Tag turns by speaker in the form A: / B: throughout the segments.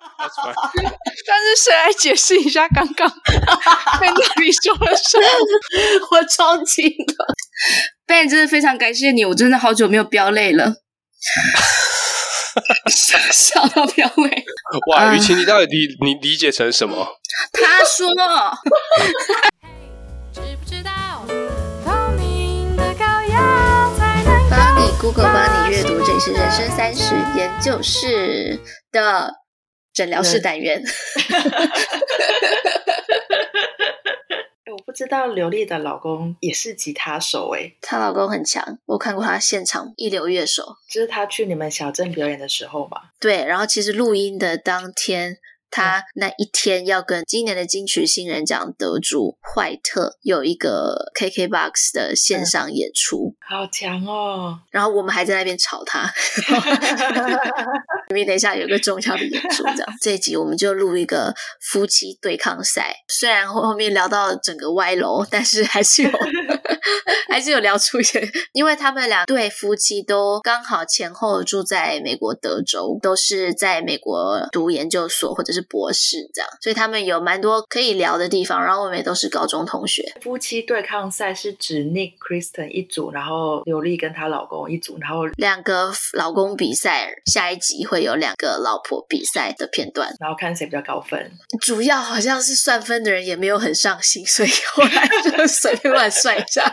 A: That's fine.
B: 但是谁来解释一下刚刚 在那里说了什么？
C: 我超级的。Ben，真的非常感谢你，我真的好久没有飙泪 了，,笑到飙泪。
A: 哇，
C: 啊
A: 雨晴，你到底理你理解成什么？
C: 他说
D: 知不知道？透明的羔羊才能够
E: 帮你 Google 帮你阅读，这里是人生三十研究室的
C: 诊疗室单元，
F: 哎我不知道刘丽的老公也是吉他手哎、
E: 她老公很强，我看过她现场一流乐手。
F: 就是他去你们小镇表演的时候嘛，
E: 对，然后其实录音的当天，她那一天要跟今年的金曲新人奖得主坏特有一个 KKBOX 的线上演出，
F: 好强哦！
E: 然后我们还在那边吵她，因为等一下有一个重要的演出，这样这一集我们就录一个夫妻对抗赛。虽然后后面聊到整个歪楼，但是还是有 还是有聊出一些，因为他们俩对夫妻都刚好前后住在美国德州，都是在美国读研究所或者是博士这样，所以他们有蛮多可以聊的地方。然后我们也都是高中同学，
F: 夫妻对抗赛是指 Nick Kristen 一组，然后刘丽跟她老公一组，然后
E: 两个老公比赛，下一集会有两个老婆比赛的片段。
F: 然后看谁比较高分。
E: 主要好像是算分的人也没有很上心，所以后来就随便乱算一下。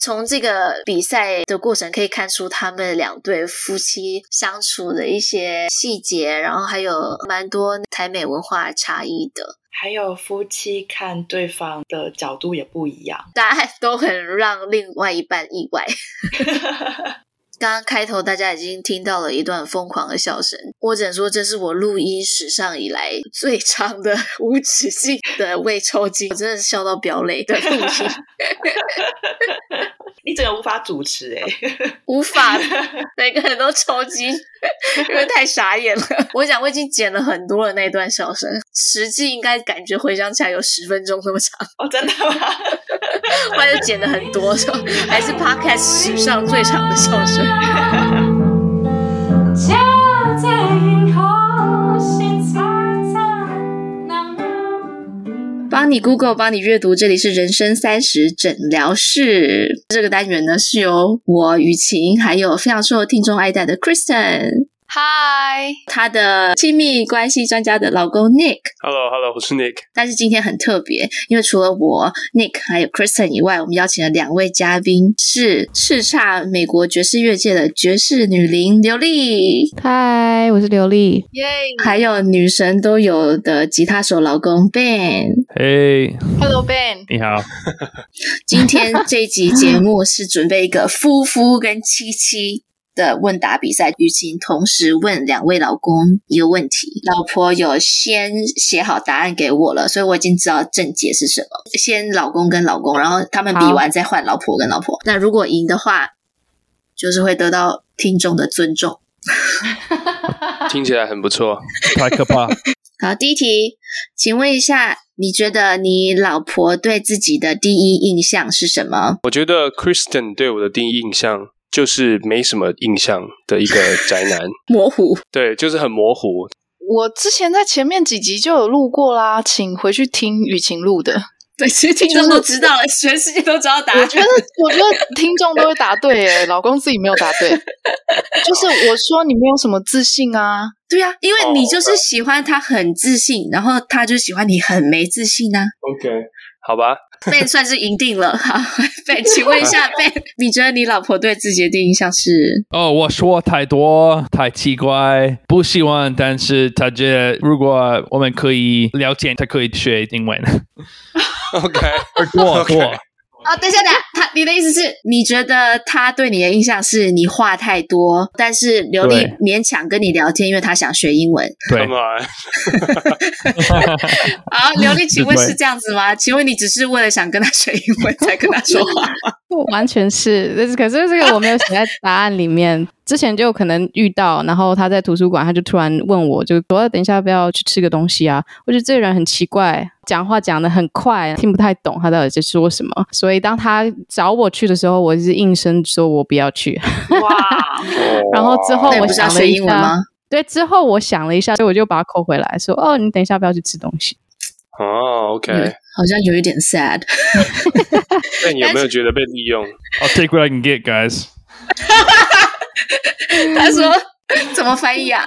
E: 从这个比赛的过程可以看出，他们两对夫妻相处的一些细节，然后还有蛮多台美文化差异的。
F: 还有夫妻看对方的角度也不一 样，
E: 答案都很让另外一半意外。刚刚开头大家已经听到了一段疯狂的笑声，我只能说这是我录音史上以来最长的无止境的胃抽筋，我真的是笑到飙泪的录音，
F: 你整个无法主持哎、
E: 无法，每个人都抽筋，因为太傻眼了。我想我已经剪了很多的那段笑声，实际应该感觉回想起来有十分钟那么 长，
F: 哦，真的吗？
E: 后来就剪了很多，就还是 podcast 史上最长的笑声。
D: 家在云后，心灿灿朗朗。
E: 帮你 Google，帮你阅读，这里是人生三十诊疗室。这个单元呢是由我雨晴，还有非常受听众爱戴的 Kristen，
B: 嗨，
E: 她的亲密关系专家的老公 Nick。
A: Hello，Hello，我是 Nick。
E: 但是今天很特别，因为除了我 Nick 还有 Kristen 以外，我们邀请了两位嘉宾，是叱咤美国爵士乐界的爵士女伶刘丽，
G: 嗨，我是刘丽。
B: 耶
E: 还有女神都有的吉他手老公 Ben。
H: 嘿
B: ，Hello Ben，
H: 你好，
E: 今天这一集节目是准备一个夫妇跟妻妻的问答比赛，雨晴同时问两位老公一个问题，老婆有先写好答案给我了，所以我已经知道正解是什么。先老公跟老公，然后他们比
G: 好
E: 完再换老婆跟老婆。那如果赢的话，就是会得到听众的尊重。
A: 听起来很不错。
H: 太可怕！
E: 好，第一题，请问一下，你觉得你老婆对自己的第一印象是什么？
A: 我觉得 Kristen 对我的第一印象就是没什么印象的一个宅男，
E: 模糊。
A: 对，就是很模糊。
B: 我之前在前面几集就有录过啦，请回去听雨晴录的。
E: 对，其实听众都知道了，全世界都知道答
B: 我
E: 案。
B: 觉得，我觉得听众都会答对诶，老公自己没有答对。就是我说你没有什么自信啊，
E: 对啊，因为
A: 哦
E: 你就是喜欢他很自信，然后他就喜欢你很没自信 啊。
A: OK，好吧，
E: Ben 算是赢定了。好，Ben，请问一 下 Ben，你觉得你老婆对自己的第一印象是？
H: 哦，我说太多，太奇怪，不喜欢。但是他觉得，如果我们可以聊天，他可以学 英文。
A: OK，
H: 多
A: OK
H: 多，
E: 哦，等一下，等一下，他你的意思是，你觉得他对你的印象是你话太多，但是刘丽
H: 对
E: 勉强跟你聊天，因为她想学英文。
H: 对
A: Come on，
E: 好，啊刘丽，请问
H: 对
E: 是这样子吗？请问你只是为了想跟她学英文才跟她说 话？
G: 完全是，但是可是这个我没有写在答案里面。之前就可能遇到，然后他在图书馆，他就突然问我，就说等一下要不要去吃个东西啊？我觉得这个人很奇怪，讲话讲的很快，听不太懂他到底在说什么。所以当他找我去的时候，我是应声说我不要去。
F: 哇，
G: 然后之后
E: 那你
G: 哦我
E: 不是要
G: 想了
E: 学
G: 一
E: 英文
G: 下
E: 吗？
G: 对，之后我想了一下，所以我就把它扣回来，说哦，你等一下不要去吃东西。
A: 哦，OK，
C: 嗯好像有一点 sad。
A: 那你有没有觉得被利用？
H: I'll take what I can get, guys.
C: 他说怎么翻译啊？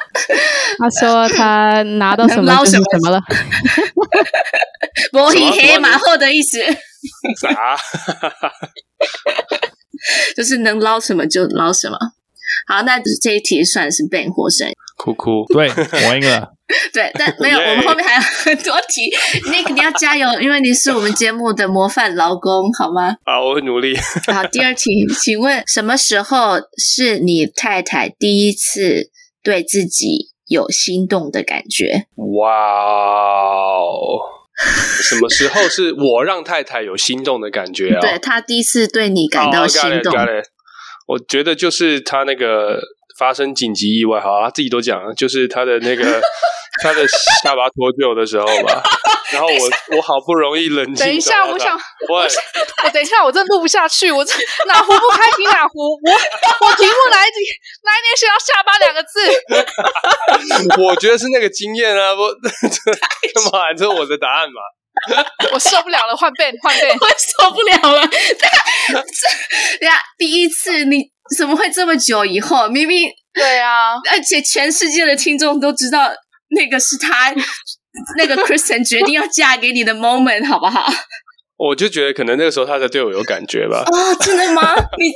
G: 他说他拿到什么就是什么 了，
C: 摩西黑马后的意思
A: 啥？
C: 就是能捞什么就捞什么。好，那这一题算是 Ben 获胜。
A: 哭哭，
H: 对，我赢了。
C: 对， 但没有，
A: 耶
C: 我们后面还有很多题。Nick，你要加油， 因为你是我们节目的模范劳工，好吗？
A: 好，我会努力。
C: 好，第二题，请问什么时候是你太太第一次对自己有心动的感觉？
A: 哇哦！什么时候是我让太太有心动的感觉啊？
C: 对她第一次对你感到
A: 哦
C: 心
A: ，got it，
C: 动，
A: got it 我觉得就是他那个发生紧急意外，好、啊，他自己都讲了，就是他的那个他的下巴脱臼的时候吧。然后我我好不容易冷静找到他，
B: 等一下，我想，
A: 我
B: 我等一下，我真的录不下去，我这哪壶不开提哪壶，我我题目哪一题哪一年写到下巴两个字？
A: 我觉得是那个经验啊，不， 这干嘛？这是我的答案嘛？
B: 我受不了了，换 Ben 换 Ben，
C: 我受不了了。这这呀，第一次你怎么会这么久以后？明明
B: 对啊，
C: 而且全世界的听众都知道，那个是他那个 Kristen 决定要嫁给你的 moment，好不好？
A: 我就觉得可能那个时候他才对我有感觉吧。
C: 哦，真的吗？ 你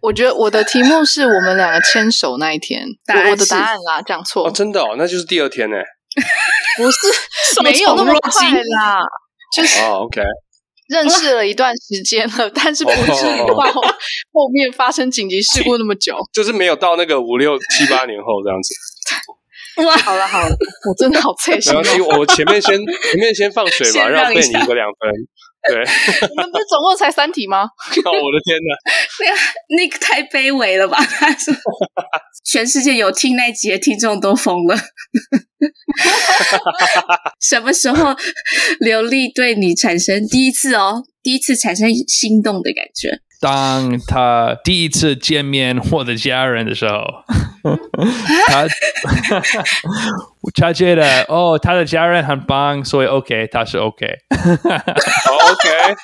B: 我觉得我的题目是我们两个牵手那一天，
C: 答案
B: 我我的
C: 是
B: 答案啦，讲错，
A: 哦，真的哦，那就是第二天呢、
B: 不是没有那么
C: 手足
B: 快
C: 若
B: 啦，就是
A: 哦，OK，
B: 认识了一段时间了，但是不至于
A: 哦
B: 到后面发生紧急事故那么久。
A: 就是没有到那个五六七八年后这样子。
C: 哇，
B: 好了好了，我真的好脆
A: 没
B: 心哦。
A: 关系，我前面先前面先放水嘛，
C: 先让
A: 让
C: 一
A: 贝
C: 下
A: 你赢个两分。对，
B: 你们不是总共才三题吗？
A: 哦，我的天哪！
C: 那个太卑微了吧？他说，全世界有听那集的听众都疯了。 什么时候刘丽对你产生第一次哦，第一次产生心动的感觉？
H: 当他第一次见面我的家人的时 候，他 他觉得哦，他的家人很棒，所以 OK，他是 OK。
A: 好，OK，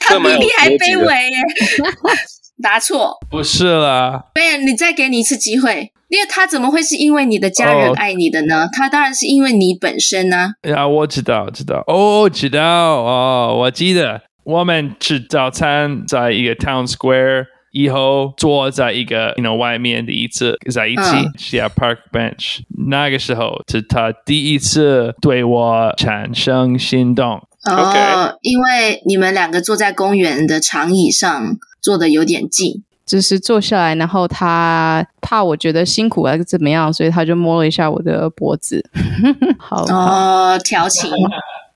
C: 他
A: 这
C: 比
A: 蛮有
C: 你还
A: 逻辑
C: 卑
A: 的
C: 微耶！ 答错
H: 不是啦，
C: ，Ben，你再给你一次机会，因为他怎么会是因为你的家人
H: 哦
C: 爱你的呢？他当然是因为你本身呢、
H: 啊，我知道，知道，哦，知道，哦，我记得我们吃早餐在一个 town square，以后坐在一个 you know 外面的椅子在一起
C: 嗯
H: 下 park bench，那个时候是他第一次对我产生心动。
C: 哦，因为你们两个坐在公园的长椅上坐的有点近，
G: 只是坐下来，然后他怕我觉得辛苦还是怎么样，所以他就摸了一下我的脖子。 好，
C: 哦，调情，
B: 嗯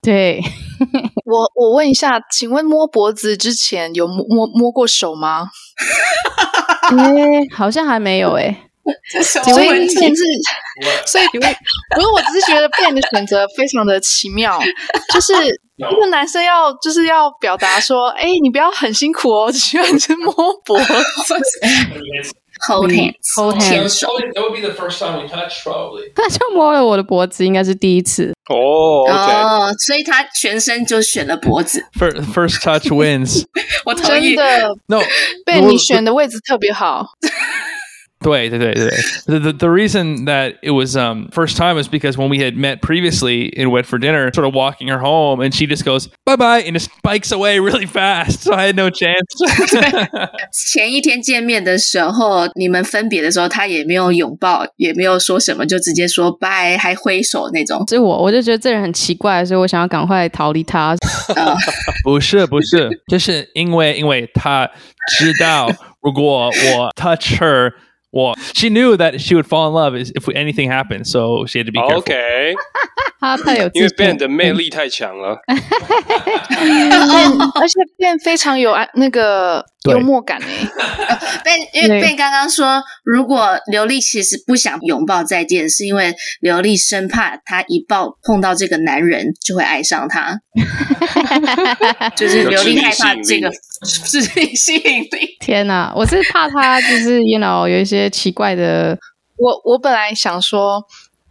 G: 对，
B: 我我问一下，请问摸脖子之前有摸摸摸过手吗？
G: 诶好像还没有诶、
B: 所
C: 所
B: 以
C: 以
B: 你是，所以不是，我只是觉得 Ben 的选择非常的奇妙，就是一个男生要就是要表达说，哎，你不要很辛苦哦，居然是摸脖子，
C: hold
G: hold
C: hands，
G: hands
C: 牵手，
H: That would be the first time we touched, probably.
G: 他就摸了我的脖子，应该是第一次。
A: 哦，OK，
C: 哦，所以他全身就选了脖子，
H: First, first touch wins.
C: 我同
B: 真
C: 意。
B: 的
H: No,
B: 被
H: 如果
B: 你选的位置特别好。
H: 对,对,对,对. The, the, the reason that it was um, first time was because when we had met previously and went for dinner, sort of walking her home, and she just goes, bye bye, and just bikes away really fast. So I had no chance.
C: 前一天见面的时候，你们分别的时候，他也没有拥抱，也没有说什么，就直接说拜，还挥手那种。
G: 是我，我就觉得这人很奇怪，所以我想要赶快逃离他。
H: 不是,不是,就是因为,因为她知道如果我 touch her, 我, she knew that she would fall in love if anything happened. So she had to be
A: 好
H: careful.
A: ，OK，
G: 他太有自
A: 因为
G: 信，
A: Ben 的魅力太强了。
B: 嗯而且 Ben 非常有安那个
H: 对
B: 幽默感欸诶，
C: 贝，因为
G: 对
C: 贝刚刚说，如果刘丽其实不想拥抱再见，是因为刘丽生怕她一抱碰到这个男人就会爱上 他，就是刘丽害怕这个 致命吸引力。
G: 天哪！我是怕他就是 you know 有一些奇怪的
B: 我我本来想说，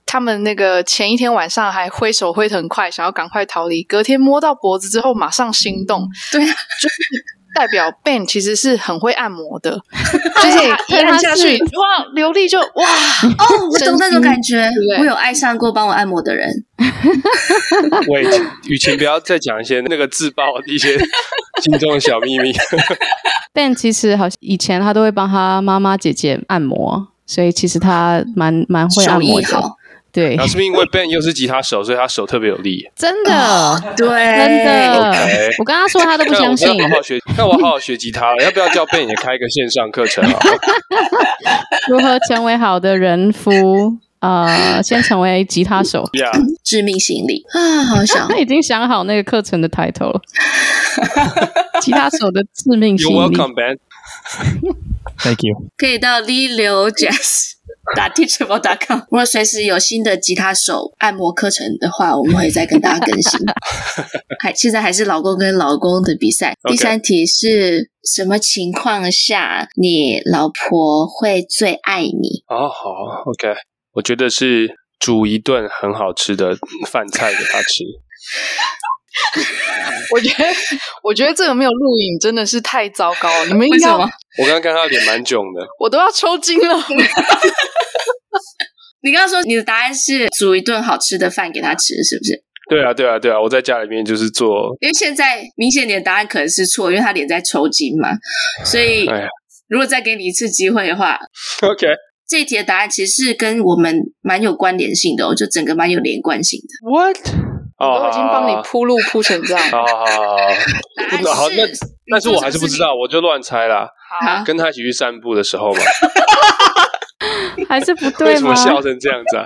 B: 他们那个前一天晚上还挥手挥得很快，想要赶快逃离，隔天摸到脖子之后马上心动，
C: 对啊，
B: 就是 代表 Ben 其实是很会按摩的，就是一
G: 对他
B: 按下去，
G: 是
B: 哇，流力就哇，
C: 哦，我懂那种感觉
B: 对不，对
C: 我有爱上过帮我按摩的人。
A: Wait，雨晴不要再讲一些那个自爆的一些心中的小秘密。
G: Ben 其实好像以前他都会帮他妈妈姐姐按摩，所以其实他蛮蛮会按摩
C: 手艺
G: 的
C: 好。
G: 对
A: 然，后是不是因为 Ben 又是吉他手，所以他手特别有力？
G: 真的，
C: 对，
G: 真的
A: OK，
G: 我跟他说他都不
A: 那
G: 相
A: 我
G: 信
A: 要。好好学，那我好好学吉他了。要不要叫 Ben 也开一个线上课程啊？
G: 如何成为好的人夫？呃，先成为吉他手。
A: 呀、
C: 致命行李啊，好想
G: 他已经想好那个课程的 title 了， 吉他手的致
A: y
G: 命
A: o
G: 吸
A: u
G: 引
A: r
G: 力。
A: welcome, Ben。
H: Thank you.
C: 可以到 lilo jazz 打 teachable.com。如果随时有新的吉他手按摩课程的话，我们会再跟大家更 新。还现在还是老公跟老公的比赛。
A: OK
C: 第三题是什么情况下你老婆会最爱你？
A: 哦，好，OK。我觉得是煮一顿很好吃的饭菜给他吃。
B: 我觉得我觉得这个没有录影真的是太糟糕了，你们应
C: 为
B: 该
C: 什么？
A: 我刚刚看他脸蛮囧的，
B: 我都要抽筋了。
C: 你刚刚说你的答案是煮一顿好吃的饭给他吃，是不是？
A: 对啊，对啊，对啊，我在家里面就是 做，
C: 因为现在明显你的答案可能是错，因为他脸在抽筋嘛，所以
A: 哎呀
C: 如果再给你一次机会的话，
A: ，OK，
C: 这一题的答案其实是跟我们蛮有关联性的、哦，就整个蛮有连贯性的。
A: 哦，
B: 我都已经帮
A: 好
B: 你铺路铺成 这样，
A: 好好好好好，不知道，
C: 答
A: 好
C: 案
A: 那
C: 是，
A: 但是我还是不知道，我就乱猜啦。
C: 好
B: 啊
A: 跟他一起去散步的时 候嘛，
G: 还是不对
A: 为什
G: 吗
A: 么？笑成这样子啊？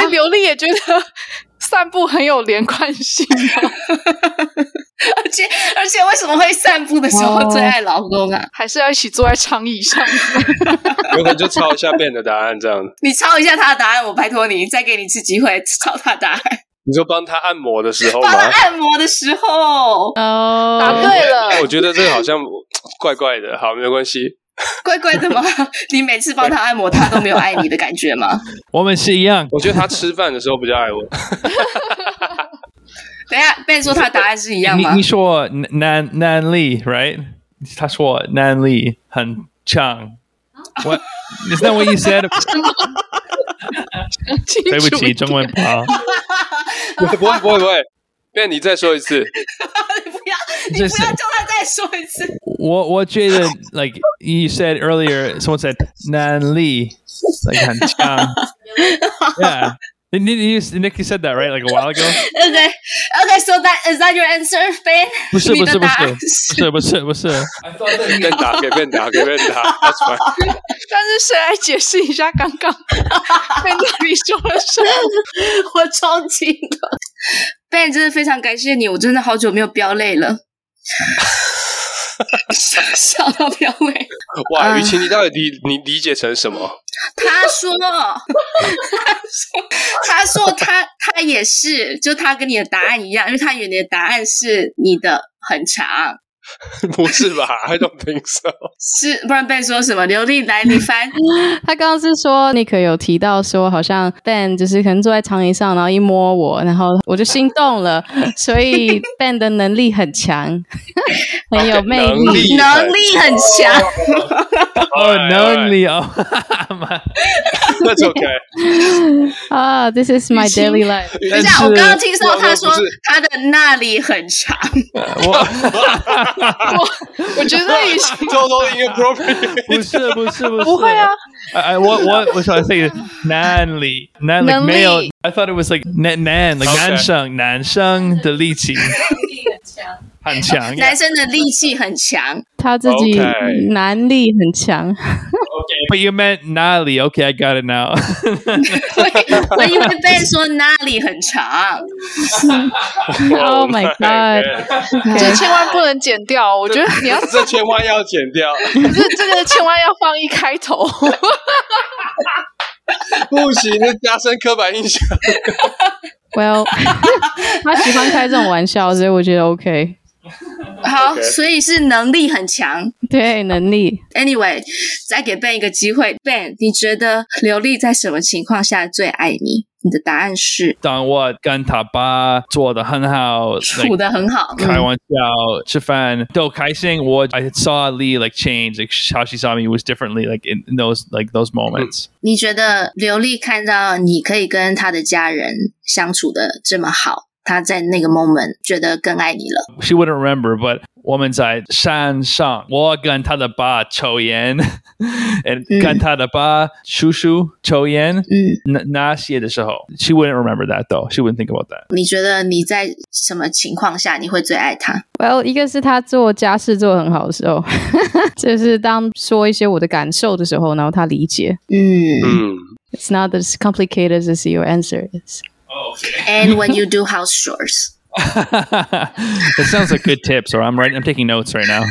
B: 所以刘丽也觉得散步很有连贯性吗？
C: 而且而且为什么会散步的时
H: 哦
C: 候最爱老公啊？
B: 还是要一起坐在长椅上？
A: 有可能就抄一下 Ben 的答案这样子。
C: 你抄一下他的答案，我拜托你，再给你一次机会抄他答案。
A: 你说帮他按摩的时候
C: 帮
A: 吗
C: 他？按摩的时候，
H: 呃
G: 哦，
B: 答啊对了
A: 我，觉得这个好像怪怪的，好，没有关系。
C: 怪怪 的吗？你每次帮他按摩，他都没有爱你的感觉吗？
H: 我们是一样。
A: 我觉得他吃饭的时候比较爱我，
C: 等一下，Ben 说他的答案是一样吗？
H: 你你说南南丽，right？他说南丽很强。What is that? What you said?
B: 清楚一点
H: 对不起，中文不好。
A: 不会不会不会不会。Ben，你再说一次，
C: 你不要，你
H: 就是
C: 不要叫他再说一次。
H: What what Jada like you said earlier? Someone said Nan Lee, like Han Chang. yeah, Didn't you, you, Nick, you said that right like a while ago.
C: Okay, okay. So that is that your answer, Ben?
H: 不是
C: 你
H: 不
C: 的
H: 是不
C: 答案
H: 是是不是不是，
A: 便打给 Ben 打给 Ben 打，That's fine。
B: 但是谁来解释一下刚 刚在那里说了什么？
C: 我超级的。Ben 真的非常感谢你，我真的好久没有飙泪了， 笑到飙泪。
A: 哇，
C: 嗯
A: 雨晴，你到底理你理解成什么？
C: 他说，他说，他说他他也是，就他跟你的答案一样，因为他以为你的答案是你的很长，
A: 不是吧？I don't think so。
C: 是不然 Ben 说什么？刘丽来，你 翻。
G: 他刚刚是说 Nick 有提到说，好像 Ben 就是可能坐在长椅上，然后一摸我，然后我就心动 了，所以 Ben 的能力很强， 很有魅
A: 能
G: 力。
A: 力
C: 能力很强，
H: 哦
A: Alright,
H: Oh, Nan
A: alright.
H: Lee 哦，
A: That's okay。
G: 啊，This is my daily life。
C: 等一下，我刚刚听
A: 我
C: 到
A: 我
C: 他说
A: 不是
C: 他的那里很长，
B: 我觉 得已经
A: totally inappropriate。
H: 不 是不是不是，
B: 不会啊，
H: I, I what what what should I say? Nan Lee, Nan like
G: 能力。
H: male. I thought it was like Nan Nan like
A: Okay.
H: 男生男生的力气很强，
C: 男生的力气很强。
G: 他自己
A: Okay
G: 男力很强，
H: But you meant Nali. Okay, I got it now.
C: 我以为 Ben 说那里很长，
G: Oh my god
B: 这千万不能剪掉。我觉 得你要
A: 这千万要剪掉，
B: 可是这个千万要放一开头，
A: 不行，这加深刻板印象。
G: Well，他喜欢开这种玩笑，所以我觉得 OK。
C: 好
A: OK
C: 所以是能力很强。
G: 对，能力
C: Anyway，再给 Ben 一个机会，Ben，你觉得刘丽在什么情况下最爱你？你的答案是
H: 当我跟他爸做的很好，
C: 处的很好，
H: 开玩笑吃饭都开心。我 I saw Lee like change, like how she saw me was differently, like in, in those like those moments.
C: 你觉得刘丽看到你可以跟她的家人相处的这么好，她在那个 moment 觉得更爱你了。
H: She wouldn't remember, but 我们在山上，我跟他的爸抽烟，and
C: 嗯。
H: 跟他的爸叔叔抽烟。
C: 嗯，
H: 那-那些的时候。She wouldn't remember that though. She wouldn't think about that.
C: 你觉得你在什么情况下你会最爱她？
G: ，Well，一个是他做家事做得很好的时候， 就是当说一些我的感受的时候，然后他理解。
C: 嗯
A: 嗯，
G: It's not as complicated as your answer is.
C: ，And when you do house chores，
H: that sounds like good tips. Or I'm right. I'm taking notes right now.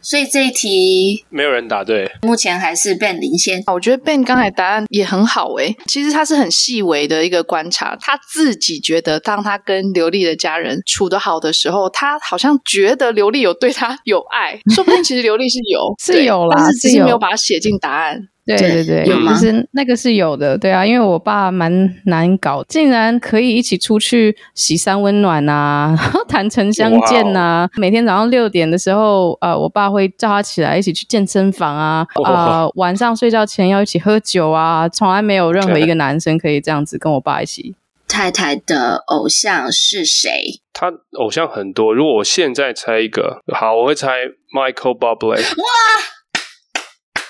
C: 所以这一题
A: 没有人答对，
C: 目前还是 Ben 领先。
B: 我觉得 Ben 刚才答案也很好诶、其实他是很细微的一个观察，他自己觉得，当他跟刘丽的家人处得好的时候，他好像觉得刘丽有对他有 爱，说不定其实刘丽是有
G: 是
B: 对
G: 有啦
B: 但是
G: 是
B: 只是
G: 有
B: 没有把它写进答案。
G: 对
C: 对
G: 对对，
C: 有吗
G: 就是那个是有的，对啊，因为我爸蛮难搞，竟然可以一起出去洗三温暖啊， 谈城相见呐、
C: 哦
G: 每天早上六点的时候，呃，我爸会叫他起来一起去健身房啊，
C: 哦
G: 啊、晚上睡觉前要一起喝酒啊，从来没有任何一个男生可以这样子跟我爸一起。
C: 太太的偶像是谁？
A: 他偶像很多。如果我现在猜一个，好，我会猜 Michael Bublé，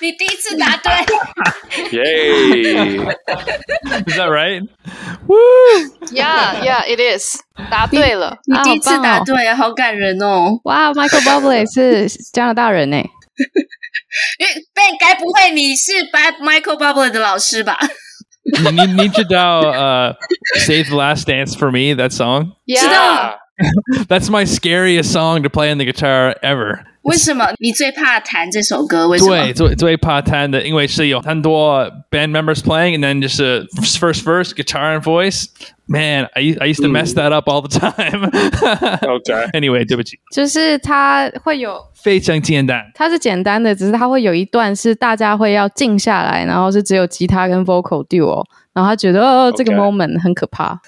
C: 你第一次答对
A: 耶！
H: Is that right? Woo!
B: Yeah, yeah, it is，答对 了。
C: 你第一次
G: 啊好棒
C: 答
G: 哦
C: 对啊，好感人哦！
G: 哇，Michael Bublé 是加拿大人呢、欸
C: 因为 Ben 该不会你是 Ba- Michael Bublé 的老师吧？
H: You need, need to dial, uh, "Save the Last Dance" for me. That song.
B: Yeah，
A: 啊
H: That's my scariest song to play on the guitar ever.
C: 为什么你最怕弹这首歌？为什么？
H: 对，最最怕弹的，因为是有很多 band members playing, and then just a first verse, guitar and voice. Man, I I used to mess
C: Hmm.
H: that up all the time.
A: OK，
H: anyway, 对不起，
G: 就是他会有
H: 非常简单。
G: 它是简单的，只是它会有一段是大家会要静下来，然后是只有吉他跟 vocal duo，然后他觉得哦，这个
A: OK
G: moment 很可怕。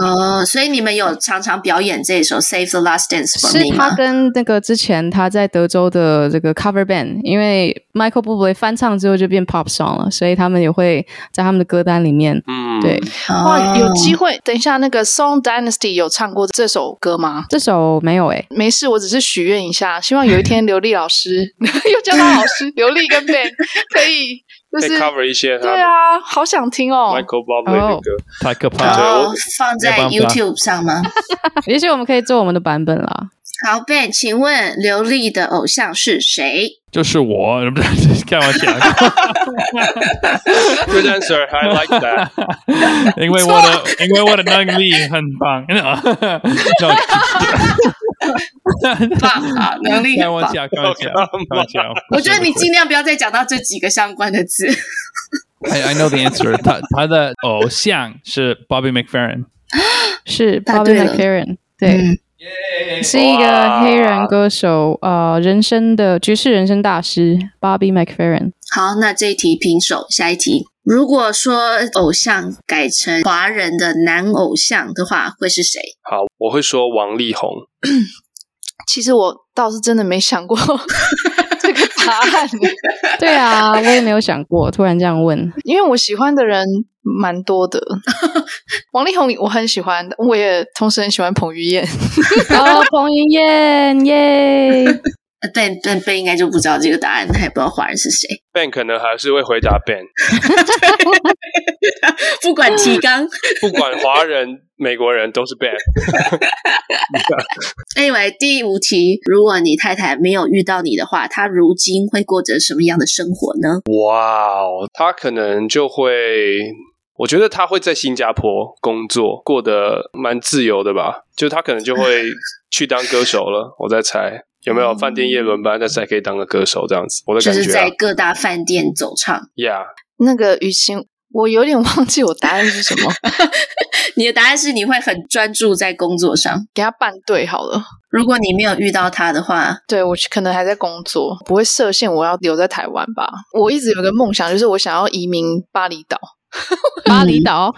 C: 哦，所以你们有常常表演这首《Save the Last Dance for
G: 是
C: Me》
G: 他
C: 吗？
G: 跟那个之前他在德州的这个 cover band，因为 Michael Bublé 翻唱之后就变 pop song 了，所以他们也会在他们的歌单里面。
A: 嗯，
G: 对，
B: 哇，有机
C: 会
B: 会。等一下，那个 Song Dynasty 有唱过这首歌吗？
G: 这首没有诶、
B: 没事，我只是许愿一下，希望有一天刘丽老师 又叫到老师，刘丽跟 Ben 可以就
A: 可以
B: 是
A: cover 一些他
B: 对啊，好想听哦。
A: Michael Bublé 的歌，
H: 太可怕了。
C: 哦
A: 我，
C: 放在
H: 没办法
C: YouTube 上吗？
G: 也许我们可以做我们的版本啦。
C: 好，Ben，请问刘丽的偶像是谁？
H: 就是我，开玩笑。
A: Good answer. I like that.
H: 因为我的-因为我的能力很棒。No. No.
C: 棒啊，能力很棒。
H: 开玩笑，开玩笑，开玩笑。
C: 我觉得你尽量不要再讲到这几个相关的字。
H: I I know the answer. 他-他的偶像是 Bobby McFerrin。
G: 是
C: 答
G: Bobby
C: 对了
G: McFerrin，对。
C: 嗯，
G: 是一个黑人歌手，呃，人生的爵士人生大师 Bobby McFerrin。
C: 好，那这一题平手，下一题。如果说偶像改成华人的男偶像的话，会是谁？
A: 好，我会说王力宏。
B: 其实我倒是真的没想过 这个答 案，
G: 对啊，我也没有想过，突然这样问。
B: 因为我喜欢的人蛮 多的。王力宏我很喜欢，我也同时很喜欢彭于晏。
G: 哦，彭于晏，耶！
C: 呃，Ben Ben Ben 应该就不知道这个答案，他也不知道华人是谁。
A: Ben 可能还是会回答 Ben，
C: 不管提纲，
A: 不管华人、美国人都是 Ben。
C: Anyway，第五题，如果你太太没有遇到你的话，她如今会过着什么样的生活呢？
A: 哇哦，他可能就会，我觉得他会在新加坡工作，过得蛮自由的吧。就他可能就会去当歌手了，我在猜有没有饭店业轮班，但是还可以当个歌手这样子，我的
C: 就
A: 感
C: 是
A: 觉、啊
C: 在。各大饭店走唱。
A: Yeah，
B: 那个雨晴，我有点忘记我答案是 什么，
C: 你的答案是你会很专注在工作上。
B: 给他办对好了。
C: 如果你没有遇到他的话，
B: 对我可能还在工作，不会设限我要留在台湾吧。我一直有个梦想，就是我想要移民巴厘岛，
G: 巴厘岛，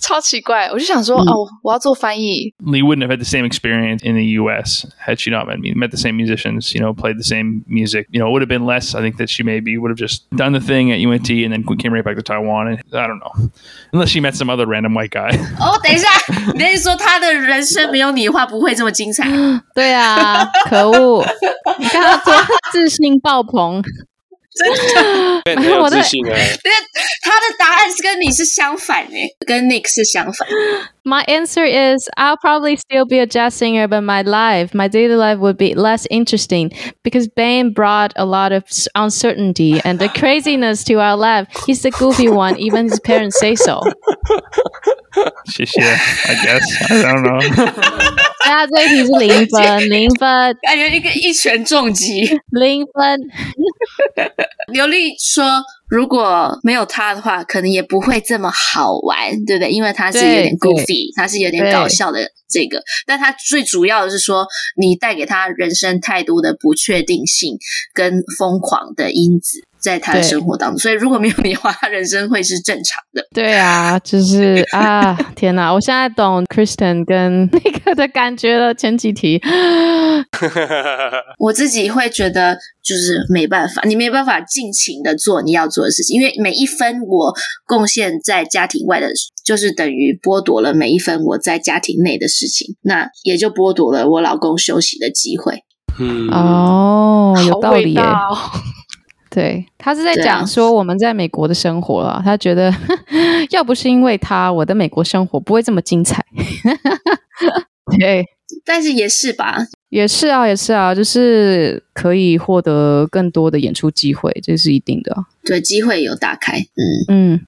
B: 超奇怪。我就想说，哦，我要做翻译，
H: Lee wouldn't have had the same experience in the U.S. had she not met me, met the same musicians, you know, played the same music. You know, it would have been less. I think that she maybe would have just done the thing at UNT and then came right back to Taiwan. And I don't know, unless she met some other random white guy.
C: 哦，等一下，你的意思说他的人生没有你的话不会这么精彩？
G: 对啊，可恶！你看他多自信爆棚，
A: Ben 很有
G: 我在
A: 自信哎、
C: 因为他的答案是跟你是相反诶、跟 Nick 是相反。
G: My answer is I'll probably still be a jazz singer, but my life, my daily life would be less interesting because Bane brought a lot of s- uncertainty and the craziness to our life. He's the goofy one, even his parents say so.
H: Just, yeah, I guess. I don't know.
G: 大家对题是零分，零分，零分。
C: 感觉一个一拳重击。刘丽说，如果没有他的话，可能也不会这么好玩，对不对？因为他是有
G: 对
C: 点 goofy，他是有点
G: 对
C: 搞笑的这个，但他最主要的是说，你带给他人生太多的不确定性跟疯狂的因子。在他的
G: 对
C: 生活当中，所以如果没有你的话，他人生会是正常的。
G: 对啊，就是啊，天哪！我现在懂 Kristen 跟那个的感觉了。前几题，
C: 嗯我自己会觉得就是没办法，你没办法尽情的做你要做的事情，因为每一分我贡献在家庭外的，就是等于剥夺了每一分我在家庭内的事情，那也就剥夺了我老公休息的机会。
A: 嗯，
G: 哦，有
B: 好
G: 道
B: 伟
G: 理耶。
B: 大哦。
G: 对他是在
C: 对啊
G: 讲说我们在美国的生活啊，他觉得 要不是因为他，我的美国生活不会这么精彩。 对，
C: 但是也是吧，
G: 也是啊，也是啊，就是可以获得更多的演出机会，这是一定的啊。
C: 对，机会有打开，嗯，
G: 嗯，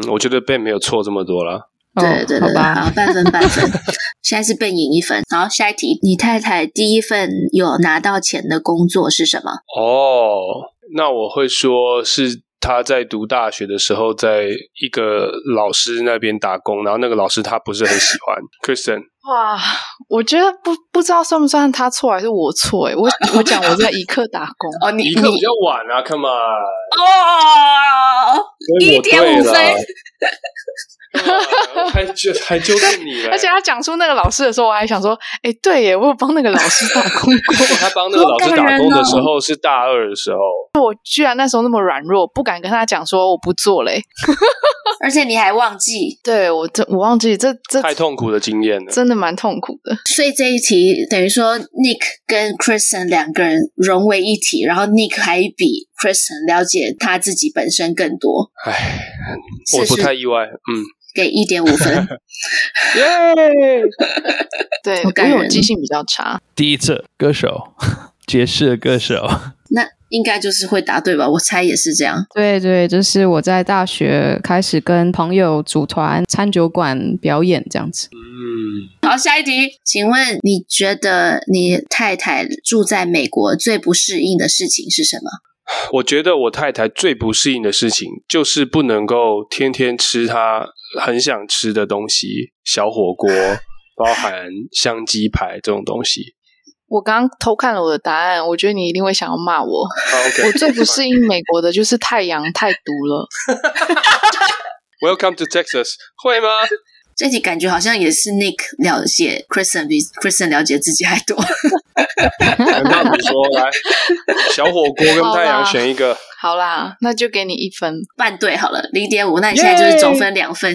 A: 嗯，我觉得 Ben 没有错这么多了。
G: 哦
C: 对对
G: 好
C: 对，
G: 吧，
C: 好，半分半分。 现在是笨赢一分，好，下一题，你太太第一份有拿到钱的工作是什么？
A: 哦，那我会说是他在读大学的时候，在一个老师那边打工，然后那个老师他不是很喜欢 Kristen。
B: 哇，我觉得不不知道算不算他错还是我错诶、我我讲我在一刻打工，
C: 哦，你
A: 一
C: 你
A: 刻比较晚啊，Come on，
C: 哦，
A: 所以我对了
C: 1.5分。
A: 哇还纠还纠正你啊了，
B: 而且他讲出那个老师的时候，我还想说，哎、对耶，我有帮那个老师打工过，
A: 他帮那个老师打工的时候是大二的时候，
B: 居然那时候那么软弱，不敢跟他讲说我不做嘞、
C: 而且你还忘记，
B: 对我这我忘记这这
A: 太痛苦的经验了。
B: 真的蛮痛苦的。
C: 所以这一题等于说 Nick 跟 Kristen 两个人融为一体，然后 Nick 还比 Kristen 了解他自己本身更多，
A: 唉，
C: 是
A: 我不
C: 是
A: 太意外，嗯，
C: 给一点五分。
A: 耶！
B: 对，
C: 好
B: 因
C: 感
B: 为
C: 人
B: 我记性比较差，
H: 第一次歌手，爵士歌手。
C: 那应该就是会答对吧？我猜也是这样。
G: 对对，就是我在大学开始跟朋友组团餐酒馆表演这样子。
A: 嗯，
C: 好，下一题，请问你觉得你太太住在美国最不适应的事情是什么？
A: 我觉得我太太最不适应的事情就是不能够天天吃她很想吃的东西，小火锅，包含香鸡排这种东西。
B: 我刚刚偷看了我的答案，我觉得你一定会想要骂我。
A: 好 OK，
B: 我最不适应美国的就是太阳太毒了。
A: Welcome to Texas，会吗？
C: 这题感觉好像也是 Nick 了解 Kristen 比 Kristen 了解自己还多。
A: 难道你说来小火锅跟太阳选一个？
B: 好啦，那就给你一分。
C: 半对好了，零点五，那你现在就是总分两分。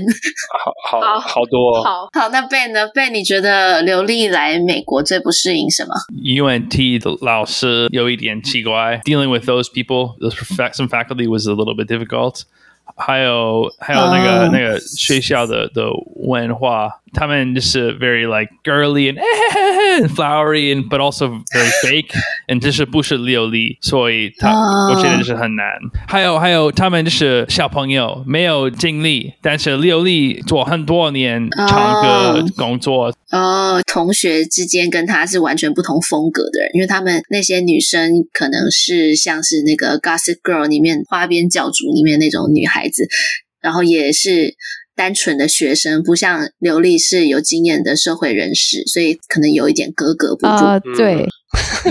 A: 好好好多、哦。
B: 好，
C: 好，那 Ben 呢？Ben，你觉得刘丽来美国最不适应什么？
H: UNT 的老师有一点奇怪。Dealing with those people, those fac- some faculty was a little bit difficult. 还有还有那个、
C: 哦。
H: 那个学校的的文化，他们就是 very like girly and, and flowery and but also very fake and 就是不是流利，所以他、
C: 哦。
H: 我觉得是很难。还有还有他们就是小朋友没有经历，但是流利做
C: 哦。
H: 很多年唱歌工作，
C: 哦，
E: 呃
C: 同学之间跟他是完全不同风格的人，因为他们那些女生可能是像是那个《Gossip Girl》里面花边教主里面那种女孩子。
E: 然后也是单纯的学生，不像刘丽是有经验的社会人士，所以可能有一点格格不入。
G: 啊、对，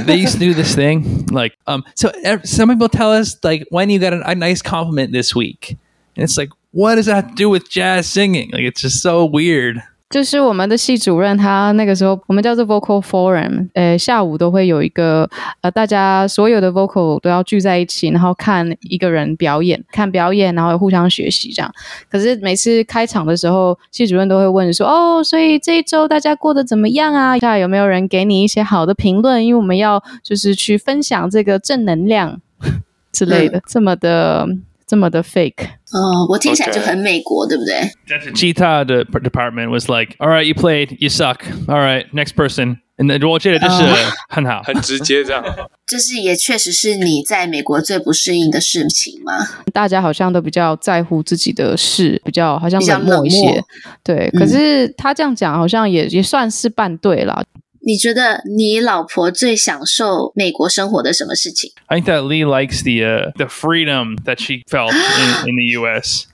H: they used to do this thing like um so ev- some people tell us like when you got a, a nice compliment this week and it's like what does that do with jazz singing like it's just so weird
G: 就是我们的系主任，他那个时候我们叫做 vocal forum，呃，下午都会有一个呃，大家所有的 vocal 都要聚在一起，然后看一个人表演，看表演，然后互相学习这样。可是每次开场的时候，系主任都会问说：“哦，所以这一周大家过得怎么样啊？下有没有人给你一些好的评论？因为我们要就是去分享这个正能量之类的，这么的这么的 fake。”
E: 哦，我听起来就
A: OK
E: 很美国，对不对？
H: that's Cheetah the p- department was like all right you played you suck all right next person and then well, Cheetah, this uh, is 很好.
A: 很直接这样。
E: 就是也确实是你在美国最不适应的事情嘛。
G: 大家好像都比较在乎自己的事，比较好像
E: 比较
G: 冷漠一
E: 冷漠
G: 些。对，
E: 嗯
G: 可是他这样讲好像也也算是半对啦。
E: 你觉得你老婆最享受美国生活的什么事情？
H: I think that Lee likes the uh, the freedom that she felt in, in the U.S.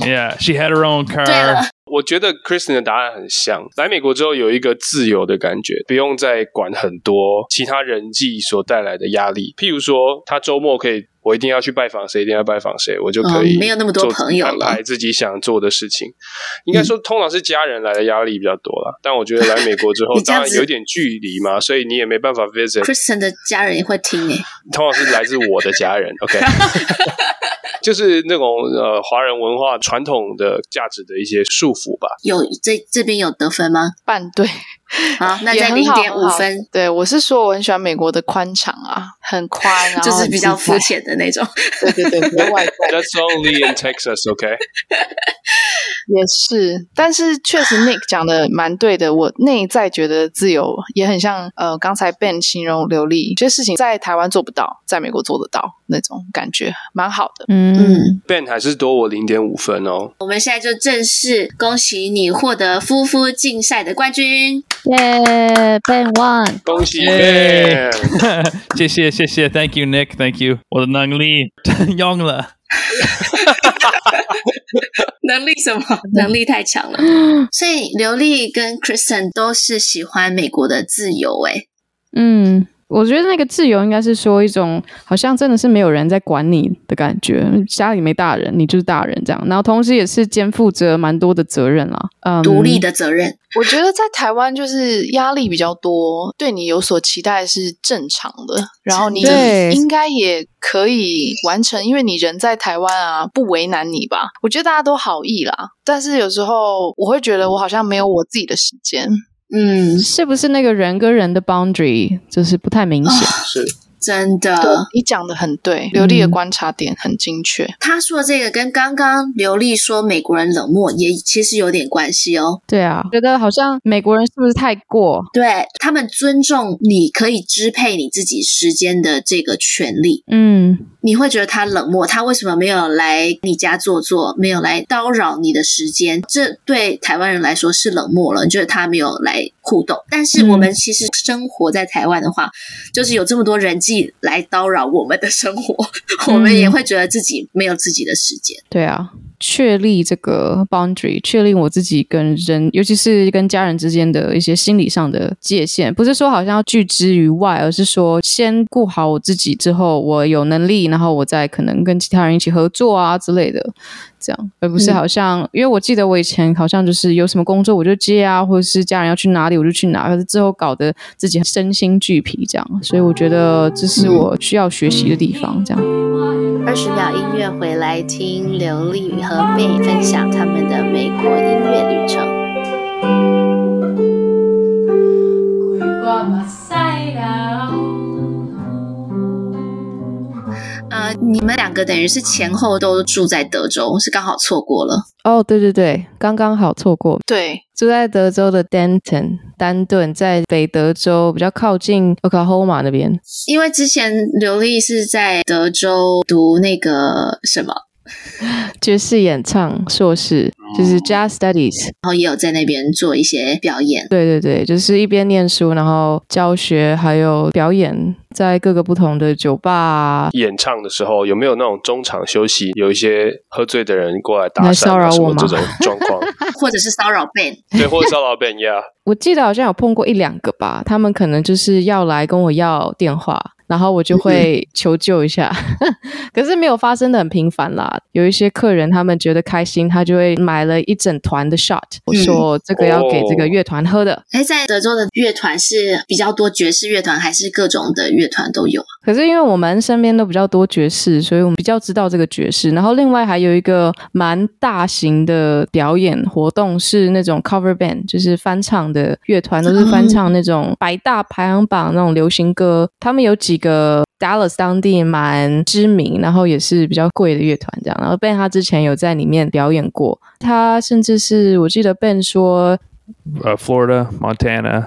H: Yeah, she had her own car.
E: 对 了，
A: 我觉得 Kristen 的答案很像，来美国之后有一个自由的感觉，不用再管很多其他人际所带来的压力。譬如说，他周末可以，我一定要去拜访谁，一定要拜访谁，我就可以、
E: 嗯没有那么多朋友了
A: 安排自己想做的事 情。应该说，通常是家人来的压力比较多啦。但我觉得来美国之后
E: 你，这
A: 当
E: 样
A: 然
E: 子
A: 有一点距离嘛，所以你也没办法 visit
E: Kristen 的家人也会听诶、
A: 通常是来自我的家人 ，OK，就是那种呃华人文化传统的价值的一些束缚吧。
E: 有这这边有得分吗？
B: 半对，
E: 好，那
B: 也
E: 在
B: 很
E: 零
B: 好
E: 点五。
B: 很
E: 分
B: 好，对，我是说我很喜欢美国的宽敞啊，很宽，然 后
E: 就是比较
B: 很自在
E: 肤。浅的那种。
B: 对对对，比较外在
A: That's only in Texas, OK？
B: 也是，但是确实 Nick 讲的蛮对的。我内在觉得自由也很像呃，刚才 Ben 形容流利，这些事情在台湾做不到，在美国做得到那种感觉，蛮好的。
G: 嗯，
E: 嗯，
A: Ben 还是多我零点五分哦。
E: 我们现在就正式恭喜你获得夫妇竞赛的冠军。
G: 耶，Ben One，
A: 恭喜
H: Yay
A: Ben！
H: 谢谢谢谢，Thank you Nick, thank you. 我的能力用了。
E: 能力什么？能力太强了。所以刘丽跟 Kristen 都是喜欢美国的自由哎诶、
G: 嗯，我觉得那个自由应该是说一种好像真的是没有人在管你的感觉，家里没大人，你就是大人这样。然后同时也是肩负着蛮多的责任啦，嗯，
E: 独立的责任。
B: 我觉得在台湾就是压力比较多，对你有所期待是正常的，然后你
G: 对
B: 应该也可以完成，因为你人在台湾啊，不为难你吧。我觉得大家都好意啦，但是有时候我会觉得我好像没有我自己的时间，
E: 嗯，
G: 是不是那个人跟人的 boundary 就是不太明显？
E: 真
B: 对
E: 的。
B: 呃你讲的很对，刘丽的
G: 嗯
B: 观察点很精确。
E: 他说这个跟刚刚刘丽说美国人冷漠也其实有点关系哦。
G: 对啊，觉得好像美国人是不是太过？
E: 对他们尊重你可以支配你自己时间的这个权利，
G: 嗯，
E: 你会觉得他冷漠，他为什么没有来你家坐坐，没有来叨扰你的时间？这对台湾人来说是冷漠了，你觉得他没有来互动。但是
G: 嗯
E: 我们其实生活在台湾的话，就是有这么多人际来叨扰我们的生活， 我们也会觉得自己没有自己的时间。
G: 对啊，确立这个 boundary，确立我自己跟人，尤其是跟家人之间的一些心理上的界限，不是说好像要拒之于外，而是说先顾好我自己，之后我有能力，然后我再可能跟其他人一起合作啊之类的，这样，而不是好像，因为我记得我以前好像就是有什么工作我就接啊，或者是家人要去哪里我就去哪，可是最后搞得自己身心俱疲这样，所以我觉得这是我需要学习的地方，这样。
I: 二十秒音乐回来，听刘丽和贝分享他们的美国音乐旅程。
J: 规我目屎流。
E: 呃，你们两个等于是前后都住在德州，是刚好错过了。
G: 哦，对对对，刚刚好错过，
B: 对，
G: 住在德州的 Denton 丹顿，在北德州比较靠近 Oklahoma 那边。
E: 因为之前刘丽是在德州读那个什么，
G: 爵士演唱硕士，就是 Jazz Studies。
E: 然后也有在那边做一些表演。
G: 对对对，就是一边念书，然后教学还有表演，在各个不同的酒吧啊
A: 演唱的时候，有没有那种中场休息，有一些喝醉的人过来搭
G: 来
A: 讪
G: 骚
A: 啊
G: 扰
A: 什
G: 我
A: 么
G: 吗
A: 这种状况？
C: 或者是骚扰 Ben，
A: 对，或者骚扰 Ben 呀、
G: 我记得好像有碰过一两个吧，他们可能就是要来跟我要电话，然后我就会求救一下， 可是没有发生的很频繁啦。有一些客人他们觉得开心，他就会买了一整团的 shot，我说这个要给这个乐团喝的。
C: 哎，在德州的乐团是比较多爵士乐团，还是各种的乐团都有？啊
G: 可是因为我们身边都比较多爵士，所以我们比较知道这个爵士。然后另外还有一个蛮大型的表演活动是那种 cover band，就是翻唱的乐团，都是翻唱那种百大排行榜那种流行歌。他们有几个 Dallas 当地蛮知名，然后也是比较贵的乐团这样。然后 Ben 他之前有在里面表演过，他甚至是我记得 Ben 说
H: uh, Florida, Montana,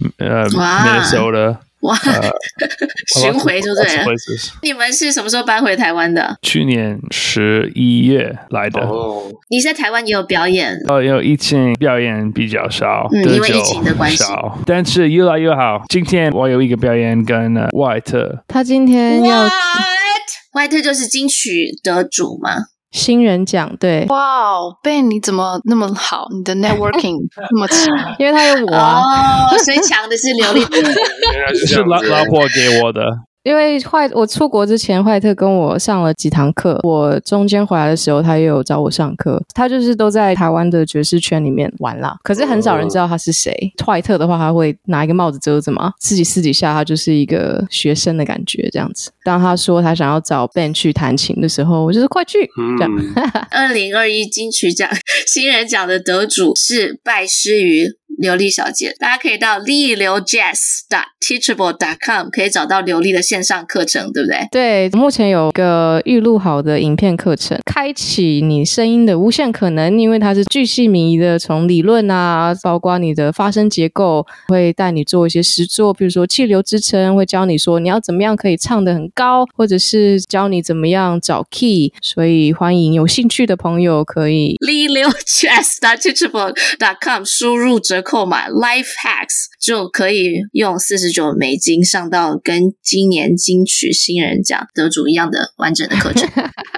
H: m- uh,
C: Wow.
H: Minnesota,
C: 哇，
H: uh,
C: 呃 巡
H: lots of-
C: 回就
H: lots
C: 对
H: of
C: 了。
H: places.
C: 你们是什么时候搬回台湾的？
H: 去年十一月来的。
A: 哦，
C: 你在台湾也有表演，
H: 呃，因为疫情表演比较少，
C: 嗯
H: 得
C: 因为疫
H: 就
C: 情的关系
H: 少，但是越来越好。今天我有一个表演跟呃外特，
G: 他今天要
C: What？外特就是金曲得主嘛，
G: 新人奖，对，
B: 哇哦，Ben 你怎么那么好？你的 networking 那么强？
G: 因为他有我啊。
C: 哦，所以抢的是刘 力。
A: 原来是这
H: 是
A: 样
H: 老
A: 子。
H: 老婆给我的。
G: 因为坏，我出国之前，坏特跟我上了几堂课。我中间回来的时候，他也有找我上课。他就是都在台湾的爵士圈里面玩啦，可是很少人知道他是谁。坏特的话，他会拿一个帽子遮着嘛，自己私底下他就是一个学生的感觉这样子。当他说他想要找 Ben 去弹琴的时候，我就是快去，这样
A: 嗯，
C: 二零二一金曲奖新人奖的得主是拜师于刘丽小姐，大家可以到丽流 jazz dot teachable dot com 可以找到刘丽的线上课程，对不对？
G: 对，目前有个预录好的影片课程，开启你声音的无限可能，因为它是巨细靡遗的，从理论啊，包括你的发声结构，会带你做一些实作，比如说气流支撑，会教你说你要怎么样可以唱得很高，或者是教你怎么样找 key。所以欢迎有兴趣的朋友可以
C: 丽流 jazz dot teachable dot com 输入折扣码 life hacks 就可以用四十九美金上到跟今年金曲新人奖得主一样的完整的课程。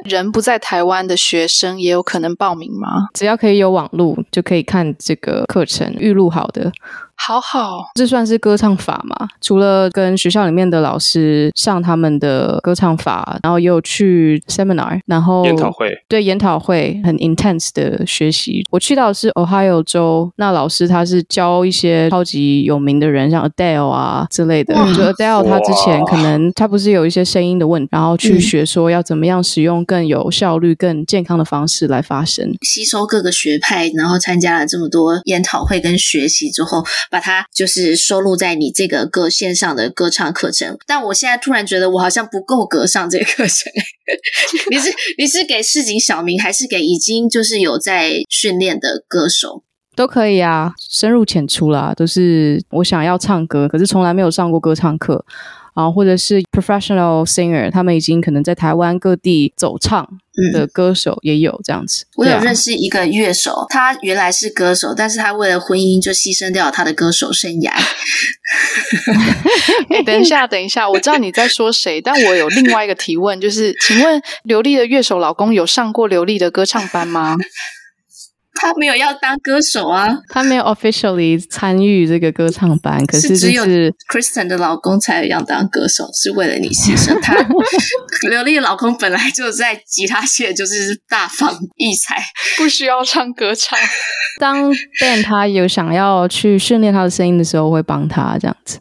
B: 人不在台湾的学生也有可能报名吗？
G: 只要可以有网路就可以看这个课程预录好的，
B: 好好，
G: 这算是歌唱法嘛？除了跟学校里面的老师上他们的歌唱法，然后也有去 seminar，然后
A: 研讨会，
G: 对研讨会很 intense 的学习。我去到的是 Ohio 州，那老师他是教一些超级有名的人，像 Adele 啊之类的。就 Adele 他之前可能他不是有一些声音的问题，然后去
A: 嗯
G: 学说要怎么样使用更有效率、更健康的方式来发声。
C: 吸收各个学派，然后参加了这么多研讨会跟学习之后，把它就是收录在你这个歌线上的歌唱课程。但我现在突然觉得我好像不够格上这个课程。 你是你是给市井小民，还是给已经就是有在训练的歌手？
G: 都可以啊，深入浅出啦，都是我想要唱歌，可是从来没有上过歌唱课啊，或者是 professional singer，他们已经可能在台湾各地走唱的
B: 嗯
G: 歌手也有这样子。
C: 嗯我有
G: 对啊
C: 认识一个乐手，他原来是歌手，但是他为了婚姻就牺牲掉了他的歌手生涯。
B: 哎，等 一下，等一下，我知道你在说谁， 但我有另外一个提问，就是，请问刘丽的乐手老公有上 过刘丽的歌唱班吗？
C: 他没有要当歌手啊
G: 他没有 officially 参与这个歌唱班，可是
C: 是只
G: 就
C: 有
G: 是
C: Kristen 的老公才有要当歌手，是为了你牺牲 他。刘丽的老公本来就在吉他界就是大放异彩，
B: 不需要唱 歌唱，
G: 当 Ben 他有想要去训练他的声音的时候，我会帮他这样子。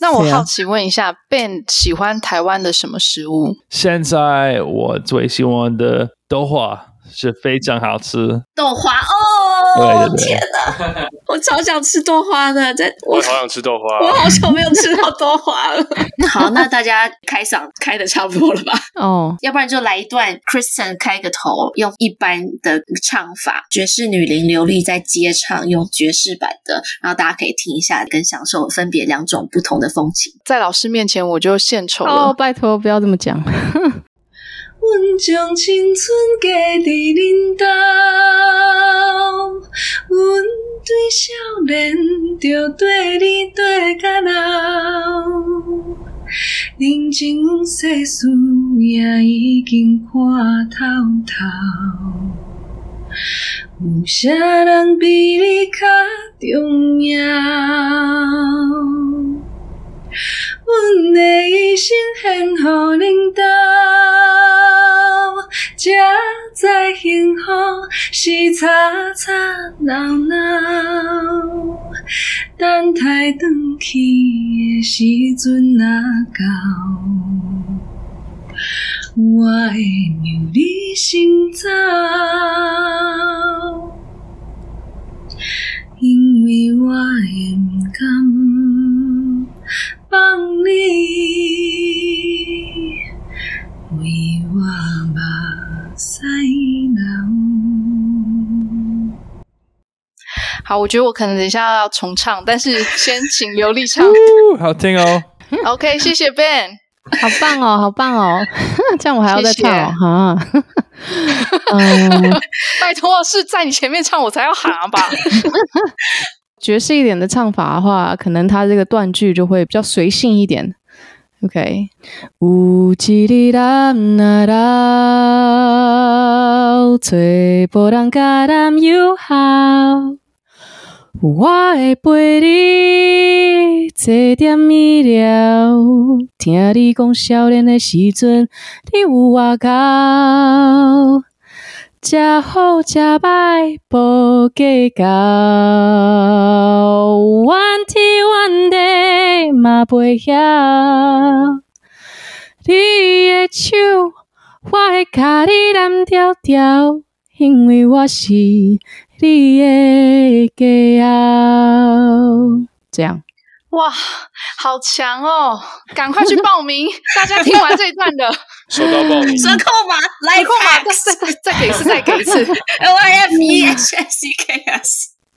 B: 那我
G: 对啊
B: 好奇问一下，Ben 喜欢台湾的什么食物？
H: 现在我最喜欢的豆花是非常好吃。
C: 豆花哦，
H: 对对对
C: 天哪，我超想吃豆花的，在
A: 我
C: 我
A: 也好想吃豆花。啊
C: 我好久没有吃到豆花 了。好，那大家开嗓开的差不多了吧？
G: 哦，
C: 要不然就来一段 Kristen 开个头，用一般的唱法，爵士女伶刘丽在接唱，用爵士版的，然后大家可以听一下，跟享受分别两种不同的风情。
B: 在老师面前我就献丑了
G: 哦，。拜托不要这么讲。
D: 阮将青春嫁伫恁兜，阮对少年着对你对到老。人情世事也已经看透透，有啥人比你较重要？阮的一生献乎恁兜，才知幸福是吵吵闹闹。等待返去的时阵若到，我会让你先走，因为我会不甘放你为我目屎流。
B: 好，我觉得我可能等一下要重唱，但是先请刘 丽唱。
H: Woo, 好听哦。
G: 嗯
B: OK，谢谢 Ben。
G: 好棒 哦，好棒哦！这样我还要再
B: 谢谢
G: 唱哦哈。 嗯，
B: 拜托，是在你前面唱我才要喊 啊吧？
G: 爵士一点的唱法的话，可能它这个断句就会比较随性一点。OK，乌叽里啦啦啦，吹波浪嘎当又好，我会陪你坐点米了，听你讲少年的时阵，你有我高。食好食歹无计较，怨天怨地嘛袂晓。你的手，我的脚你蓝条条，因为我是你的骄傲。这样，
B: 哇，好强哦！赶快去报名！大家听完这一段 的，
A: 收到报名，
C: 折扣码来
B: 扣码
C: 吧
B: 再再再给一次，再给一次。
C: L I F E
G: 嗯
C: H S C K S。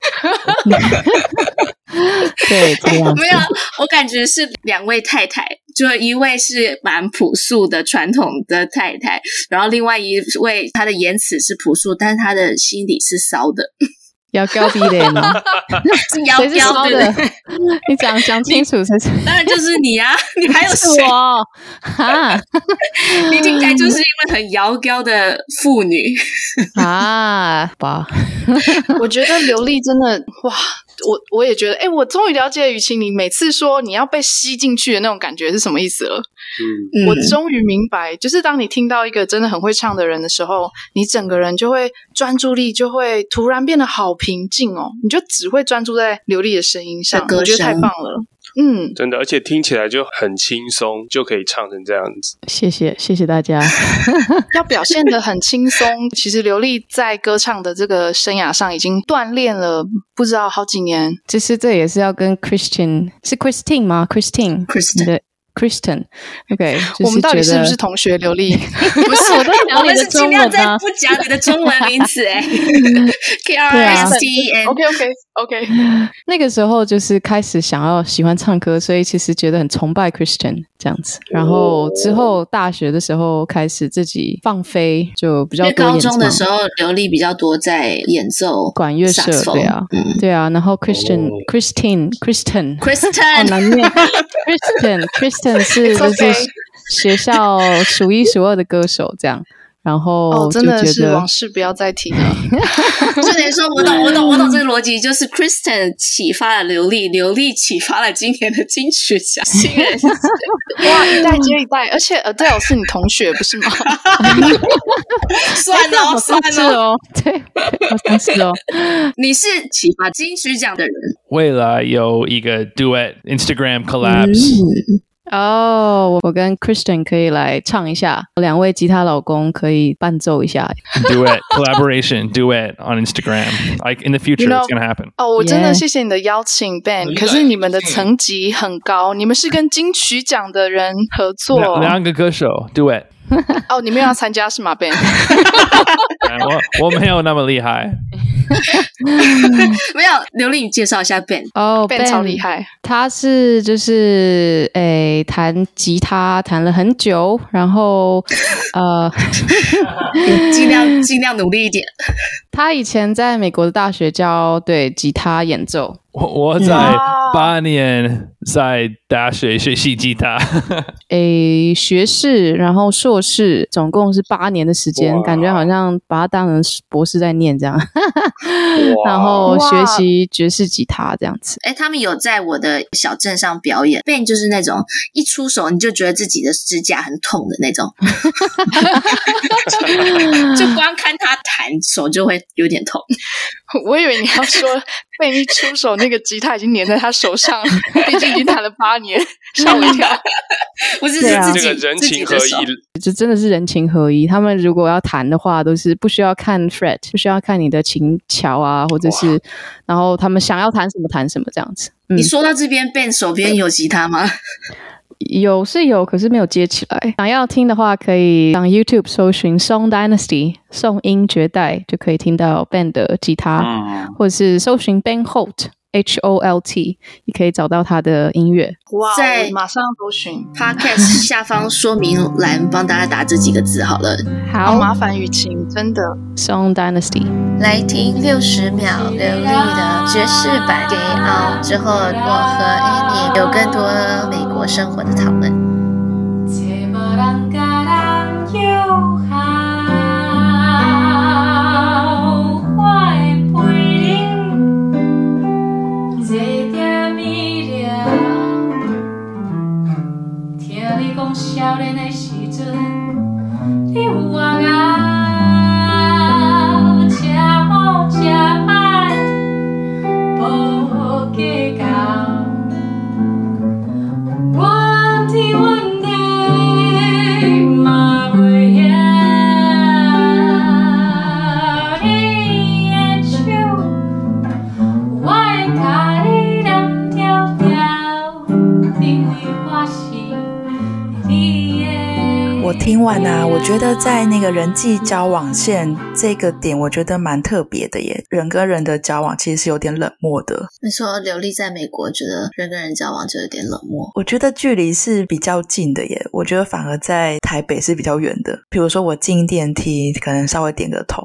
G: 对，这样子
C: 没有，我感觉是两位太太，就一位是蛮朴素的传统的太太，然后另外一位她的言辞是朴素，但是她的心里是骚的，
G: 要高逼脸哦，
C: 是妖
G: 谁是
C: 娇
G: 骚
C: 对不
G: 的
C: 对？？
G: 你讲讲清楚，谁是？
C: 当然就是你啊，你还有
G: 是
C: 谁？
G: 我哈。
C: 你听起来就是一位很妖娇的妇女。
G: 啊，哇，
B: 我觉得刘丽真的哇，我我也觉得，哎、我终于了解雨晴，你每次说你要被吸进去的那种感觉是什么意思了。
A: 嗯，
C: 嗯
B: 我终于明白，就是当你听到一个真的很会唱的人的时候，你整个人就会专注力就会突然变得好平静哦，你就只会专注在刘丽的声音上，
C: 的歌
B: 我觉得太
C: 声
B: 棒了。嗯，
A: 真的，而且听起来就很轻松，就可以唱成这样子。
G: 谢谢谢谢大家，
B: 要表现的很轻松。 其实刘丽在歌唱的这个生涯上已经锻炼了不知道好几年，
G: 其实这也是要跟 Christian 是 Christine 吗？Christine
C: Kristen
G: 你的 Christian，OK，、就是
B: 我们到底
G: 觉
B: 是
G: 得
B: 不是同学？刘丽，
G: 不是？我都
C: 我
G: 讲啊你
C: 们
G: 的
C: 是
G: 中
C: 尽量
G: 文啊
C: 在
G: 吗？
C: 不讲你的中文名词 哎，K R
G: 对
C: I
G: 啊
C: S T E N
B: OK OK OK，
G: 那个时候就是开始想要喜欢唱歌，所以其实觉得很崇拜 Christian 这样子。然后之后大学的时候开始自己放飞，就比
C: 因
G: 较
C: 为
G: 多
C: 高
G: 演
C: 中的时
G: 唱
C: 候，刘丽比较多在演奏
G: 管乐社
C: saxophone
G: 对啊
C: 嗯
G: 对啊，然后 Christian、
A: 哦
G: Christine Christian 好
C: Kristen，
G: 难念。Kristen Kristen 是
B: It's
G: 就
B: okay
G: 是学校数一数二的歌手，这样。然后
B: 哦，
G: 就
B: 真的
G: 觉
B: 是
G: 得
B: 往事不要再提 了。
C: 就等于说，我懂，我懂，我懂这个逻辑，就是 Kristen 启发了刘丽，刘丽启发了今年的金曲奖新 人。
B: 哇，一代接一代，而且 Adele 是你同学不是 吗？
C: 算了，
G: 好
C: 算
G: 像是
C: 了，
G: 哦， 对，好像是哦。
C: 你是启发金曲奖的人，
H: 未来有一个 duet Instagram collabs，、
G: 哦、我我跟 Christian 可以来唱一下，两位吉他老公可以伴奏一下。
H: duet collaboration duet on Instagram. Like in the future,
B: You know-
H: it's gonna happen.
B: 哦，我真的
G: Yeah
B: 谢谢你的邀请，Ben。
H: 嗯
B: 可是你们的层级很高，你们是跟金曲奖的人合作
H: 两两个歌手 duet，
B: 哦，你们要参加是吗，Ben？
H: 哎我我没有那么厉害。
C: 没有刘丽，你介绍一下 Ben。
G: 哦、
B: Ben 超厉害，
G: 他是就是诶弹吉他弹了很久，然后呃。 哎
C: 尽量尽量努力一点，
G: 他以前在美国的大学教对吉他演奏，
H: 我在八年在大学学习吉他，
G: 诶，学士，然后硕士，总共是八年的时间，
A: 哇
G: 感觉好像把它当成博士在念这样。
A: 哇
G: 然后学习爵士吉他这样子。
C: 哎，他们有在我的小镇上表演。Ben 就是那种一出手你就觉得自己的指甲很痛的那种， 就光看他弹手就会有点痛。
B: 我以为你要 说贝一出手那个吉他已经粘在他手上 了，毕竟已经弹了八年，吓我一跳。
C: 不是
G: 对啊
C: 是自
A: 这
C: 己、
A: 个人
C: 自己
A: 情合
C: 的手
A: 一，
G: 就真的是人情合一。他们如果要弹的话，都是不需要看 fret，不需要看你的琴桥啊，或者是，然后他们想要弹什么弹什么这样子。嗯
C: 你，说到这边，Ben 手边有吉他吗？
G: 有是有，可是没有接起来。想要听的话，可以上 YouTube 搜寻 Song Dynasty 宋音绝代，就可以听到 Ben 的吉他，
A: 嗯，
G: 或者是搜寻 Ben Holt H O L T，你可以找到他的音乐。
B: 哇
C: 在
B: 我马上搜寻，
C: Podcast 下方说明栏帮大家打这几个字好了，
B: 好
G: 好
B: 麻烦雨晴，真的。
G: ，Song Dynasty。
E: 来听六十秒流利的爵士版给奥。之后，我和 Annie 有更多美国生活的讨论。
D: 제바람가랑 요하오 화에 풀린 제대미랴 태리공 샤오레네 시즌 리우아가 차오 차만 보호계가 我天阮地嘛袂晓你的手，我会甲你蓝调调，因为我是你的。
K: 我听完啊，我觉得在那个人际交往线这个点，我觉得蛮特别的耶。人跟人的交往其实是有点冷漠的，
E: 你说刘丽在美国觉得人跟人交往就有点冷漠，
K: 我觉得距离是比较近的耶。我觉得反而在台北是比较远的。比如说我进电梯，可能稍微点个头。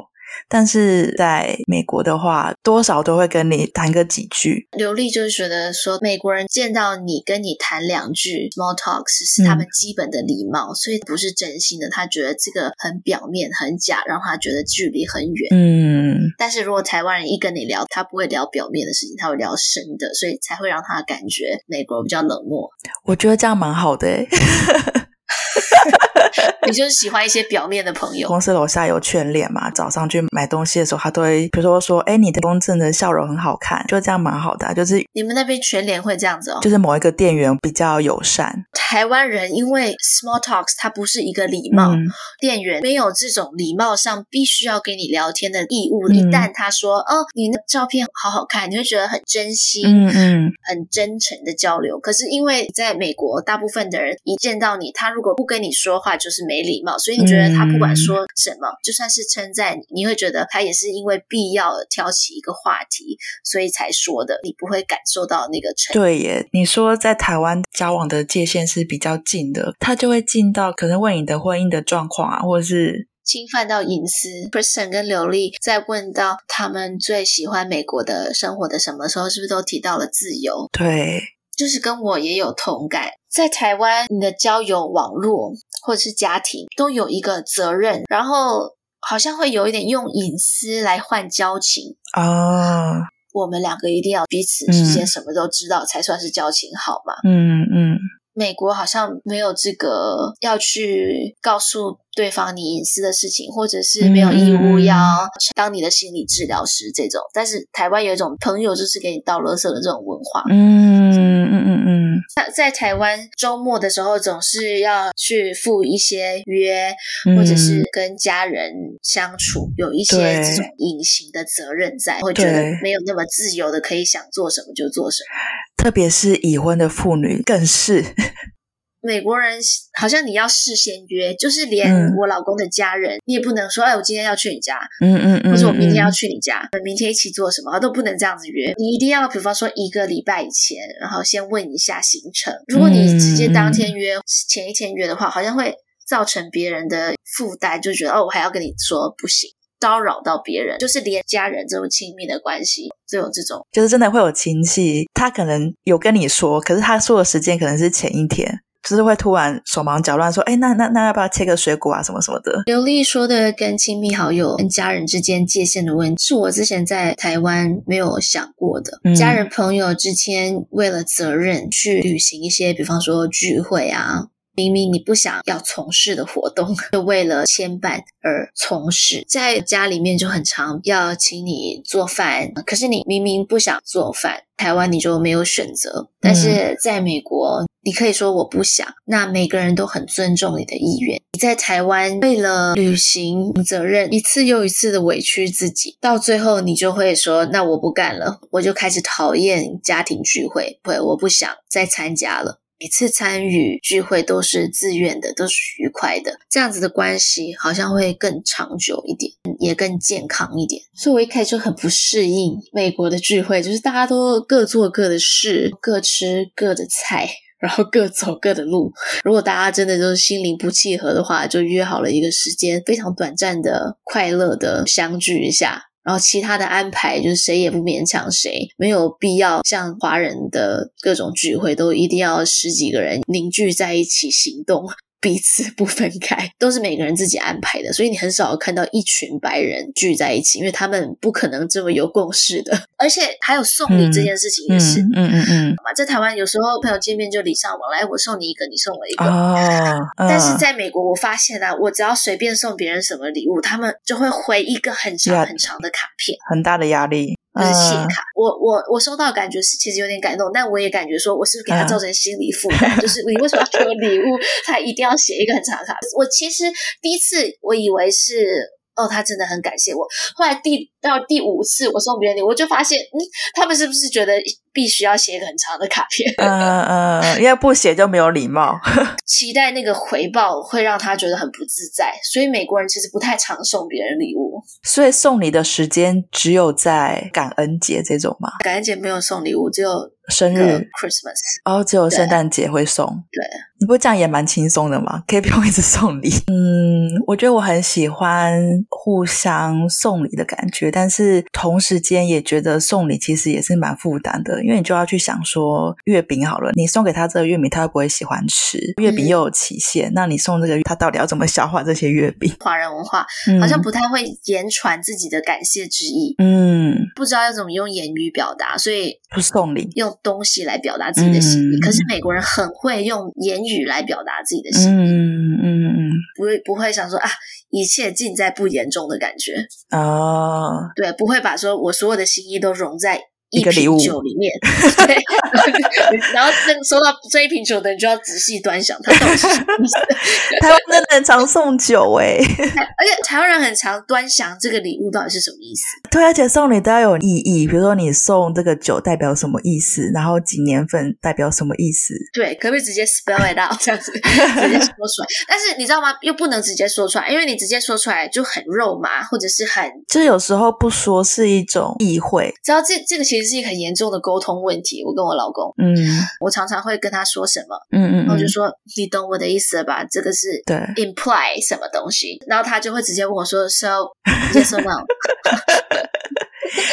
K: 但是在美国的话，多少都会跟你谈个几句，
E: 刘丽就是觉得说美国人见到你跟你谈两句 small talks
K: 嗯
E: 是他们基本的礼貌，所以不是真心的。他觉得这个很表面、很假，让他觉得距离很远。
K: 嗯，
E: 但是如果台湾人一跟你聊，他不会聊表面的事情，他会聊深的，所以才会让他感觉美国比较冷漠。
K: 我觉得这样蛮好的耶。
E: 你就是喜欢一些表面的朋友。
K: 公司楼下有全脸嘛，早上去买东西的时候，他都会比如说说，哎，你的公正的笑容很好看，就这样蛮好的啊、就是
E: 你们那边全联会这样子哦？
K: 就是某一个店员比较友善，
E: 台湾人因为 small talks 它不是一个礼貌，
K: 嗯
E: 店员没有这种礼貌上必须要跟你聊天的义务。
K: 嗯
E: 一旦他说“哦，你那照片好好看”，你会觉得很珍惜、
K: 嗯嗯，
E: 很真诚的交流。可是因为在美国，大部分的人一见到你，他如果不跟你说话，就是没礼貌。所以你觉得他不
K: 嗯
E: 管说什么，就算是称赞你，你会觉得他也是因为必要而挑起一个话题，所以才说的，你不会感受到那个诚意。
K: 对耶。你说在台湾交往的界限是比较近的，他就会近到可能问你的婚姻的状况啊，或者是
E: 侵犯到隐私。Kristen 跟刘丽在问到他们最喜欢美国的生活的什么时候，是不是都提到了自由？
K: 对，
E: 就是跟我也有同感，在台湾，你的交友网络或者是家庭都有一个责任，然后好像会有一点用隐私来换交情。
K: 哦，
E: 我们两个一定要彼此之间什么都知道，才算是交情好嘛？
K: 嗯嗯，
E: 美国好像没有这个要去告诉对方你隐私的事情，或者是
K: 嗯
E: 没有义务要当你的心理治疗师这种。但是台湾有一种朋友就是给你倒垃圾的这种文化。
K: 嗯嗯嗯嗯，
E: 在在台湾周末的时候总是要去赴一些约，
K: 嗯
E: 或者是跟家人相处，有一些
K: 对
E: 这种隐形的责任在，会觉得
K: 对
E: 没有那么自由的可以想做什么就做什么。
K: 特别是已婚的妇女更是，
E: 美国人好像你要事先约，就是连
K: 嗯
E: 我老公的家人，你也不能说，哎，我今天要去你家，
K: 嗯嗯嗯，
E: 或者我明天要
K: 嗯
E: 去你家，我们明天一起做什么，都不能这样子约。你一定要，比方说一个礼拜以前，然后先问一下行程。如果你直接当
K: 嗯
E: 天约，前一天约的话，好像会造成别人的负担，就觉得哦，我还要跟你说不行。骚扰到别人，就是连家人这么亲密的关系都有这种。
K: 就是真的会有亲戚，他可能有跟你说，可是他说的时间可能是前一天，就是会突然手忙脚乱说，哎，那那那要不要切个水果啊，什么什么的。
E: 刘丽说的跟亲密好友、跟家人之间界限的问题，是我之前在台湾没有想过的。
K: 嗯
E: 家人朋友之间为了责任去履行一些，比方说聚会啊，明明你不想要从事的活动，就为了牵绊而从事。在家里面就很常要请你做饭，可是你明明不想做饭，台湾你就没有选择。但是在美国，你可以说我不想，那每个人都很尊重你的意愿。你在台湾为了履行责任，一次又一次的委屈自己，到最后你就会说，那我不干了，我就开始讨厌家庭聚会，会我不想再参加了。每次参与聚会都是自愿的，都是愉快的，这样子的关系好像会更长久一点，也更健康一点。所以我一开始就很不适应美国的聚会，就是大家都各做各的事，各吃各的菜。然后各走各的路。如果大家真的就是心灵不契合的话，就约好了一个时间，非常短暂的快乐的相聚一下。然后其他的安排就是谁也不勉强谁，没有必要像华人的各种聚会都一定要十几个人凝聚在一起行动，彼此不分开，都是每个人自己安排的，所以你很少看到一群白人聚在一起，因为他们不可能这么有共识的。而且还有送礼这件事情也是，
K: 嗯嗯嗯
E: 嘛，在台湾有时候朋友见面就礼尚往来，我送你一个，你送我一个。
K: 嗯，哦，
E: 但是
K: 嗯
E: 在美国，我发现啊，我只要随便送别人什么礼物，他们就会回一个很长
K: Yeah
E: 很长的卡片，
K: 很大的压力，
E: 就是谢
K: 嗯
E: 卡。我我我收到的感觉是其实有点感动，但我也感觉说我是不是给他
K: 嗯
E: 造成心理负担？就是你为什么要给我礼物，他一定要写一个很长的卡？我其实第一次我以为是。哦，他真的很感谢我。后来第到第五次我送别人礼物，我就发现，嗯，他们是不是觉得必须要写一个很长的卡片？
K: 嗯嗯嗯，要不写就没有礼貌。
E: 期待那个回报会让他觉得很不自在，所以美国人其实不太常送别人礼物。
K: 所以送礼的时间只有在感恩节这种嘛，
E: 感恩节没有送礼物，只有
K: 生
E: 那
K: 日，
E: 个 Christmas。
K: 然后哦只有
E: 对
K: 圣诞节会送。
E: 对，
K: 你不这样也蛮轻松的嘛，可以不用一直送礼。 嗯，我觉得我很喜欢互相送礼的感觉，但是同时间也觉得送礼其实也是蛮负担的，因为你就要去想说月饼好了，你送给他这个月饼，他会不会喜欢吃？月饼又有期限，那你送这个，他到底要怎么消化这些月饼？
E: 华人文化
K: 嗯
E: 好像不太会言传自己的感谢之意，
K: 嗯，
E: 不知道要怎么用言语表达，所以
K: 不送礼。
E: 用东西来表达自己的心意。
K: 嗯
E: 可是美国人很会用言语来表达自己的心意，
K: 嗯嗯嗯嗯
E: 不会不会想说啊，一切尽在不言中的感觉。
K: 嗯，哦，
E: 对，不会把说我所有的心意都融在
K: 一个礼
E: 瓶
K: 物
E: 酒里面， 对，然后这收到这一瓶酒的，你就要仔细端详它到底是什么意思。
K: 台湾真的很常送酒欸诶、
E: 而且台湾人很常端详这个礼物到底是什么意思，
K: 对，而且送礼都要有意义，比如说你送这个酒代表什么意思，然后几年份代表什么意思。
E: 对，可不可以直接 spell it out 这样子直接说出来？但是你知道吗？又不能直接说出来，因为你直接说出来就很肉麻，或者是很
K: 就是有时候不说是一种意会，
E: 知道这这个其实是一个很严重的沟通问题。我跟我老公，
K: 嗯
E: 我常常会跟他说什么，
K: 嗯嗯
E: 然后就
K: 嗯，
E: 说、你懂我的意思了吧？这个是
K: 对
E: imply 什么东西，然后他就会直接问我说 so yes or no，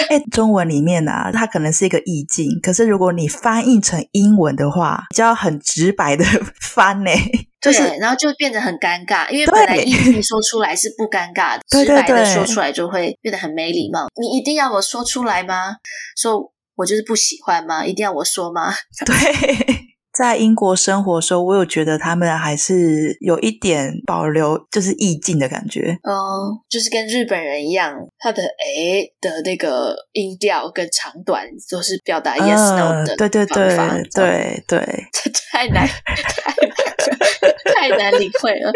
K: 哎，中文里面啊，它可能是一个意境，可是如果你翻译成英文的话，就要很直白的 翻呢、 就是
E: 对，然后就变得很尴尬，因为
K: 对
E: 本来意境说出来是不尴尬的，
K: 对
E: 直
K: 对
E: 白的
K: 对
E: 说出来就会变得很没礼貌。你一定要我说出来吗？说我就是不喜欢吗？一定要我说吗？
K: 对。在英国生活的时候，我有觉得他们还是有一点保留，就是意境的感觉。
E: 嗯，就是跟日本人一样，他的诶的那个音调跟长短都是表达 yes no
K: 嗯
E: 的
K: 对对
E: 方法
K: 对，对对，
E: 这太难，太难，太难领会了。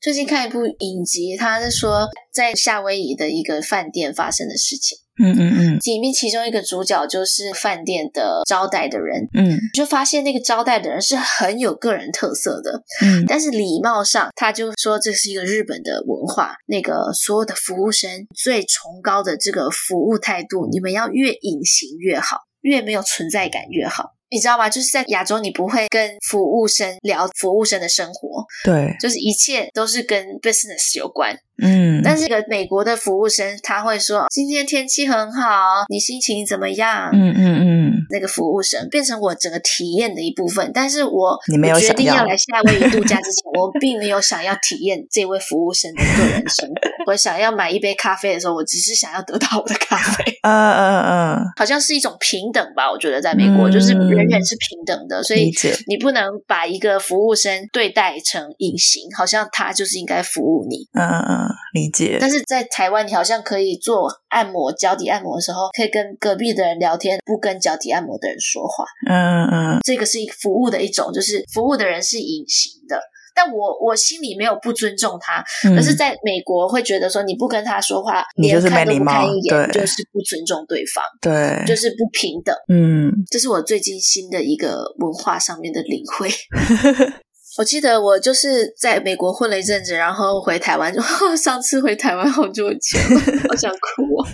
E: 最近看一部影集，他是说在夏威夷的一个饭店发生的事情，
K: 嗯嗯
E: 里面其中一个主角就是饭店的招待的人，
K: 嗯
E: 你就发现那个招待的人是很有个人特色的，
K: 嗯
E: 但是礼貌上，他就说这是一个日本的文化，那个所有的服务生最崇高的这个服务态度，你们要越隐形越好，越没有存在感越好。你知道吗？就是在亚洲，你不会跟服务生聊服务生的生活，
K: 对，
E: 就是一切都是跟 business 有关。
K: 嗯，
E: 但是，个美国的服务生他会说：“今天天气很好，你心情怎么样？”
K: 嗯嗯嗯，
E: 那个服务生变成我整个体验的一部分，但是我
K: 你没有
E: 我决
K: 想
E: 定
K: 要
E: 要来夏威夷度假之前，我并没有想要体验这位服务生的个人生活。我想要买一杯咖啡的时候，我只是想要得到我的咖啡，
K: 呃呃呃，
E: 好像是一种平等吧？我觉得在美
K: 嗯
E: 国、就是人人是平等的，所
K: 理
E: 以
K: 解
E: 你不能把一个服务生对待成隐形，好像他就是应该服务你。
K: 嗯嗯嗯，理解。
E: 但是在台湾，你好像可以做按摩、脚底按摩的时候，可以跟隔壁的人聊天，不跟脚底按摩的人说话。
K: 嗯嗯
E: 这个是一个服务的一种，就是服务的人是隐形的。但我我心里没有不尊重他，
K: 嗯，
E: 可是在美国会觉得说你不跟他说话，
K: 你就是
E: 连
K: 没
E: 看都
K: 礼
E: 不
K: 貌
E: 看一眼，
K: 对
E: 就是不尊重对方，
K: 对，
E: 就是不平等。
K: 嗯
E: 这是我最近新的一个文化上面的领会。我记得我就是在美国混了一阵子，然后回台湾，就 上次回台湾好久以前了， 好想哭哦！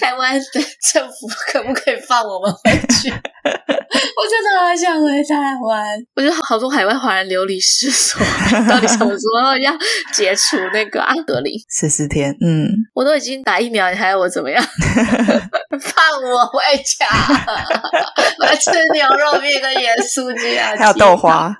E: 台湾的政府可不可以放我们回去？ 我真的好想回台湾。我觉得好多海外华人流离失所， 到底什么时候要解除那个啊隔离？
K: 十四天，嗯，
E: 我都已经打疫苗，你还要我怎 么样？放我回家， 我要吃牛肉面跟盐酥鸡啊，
K: 还有豆花，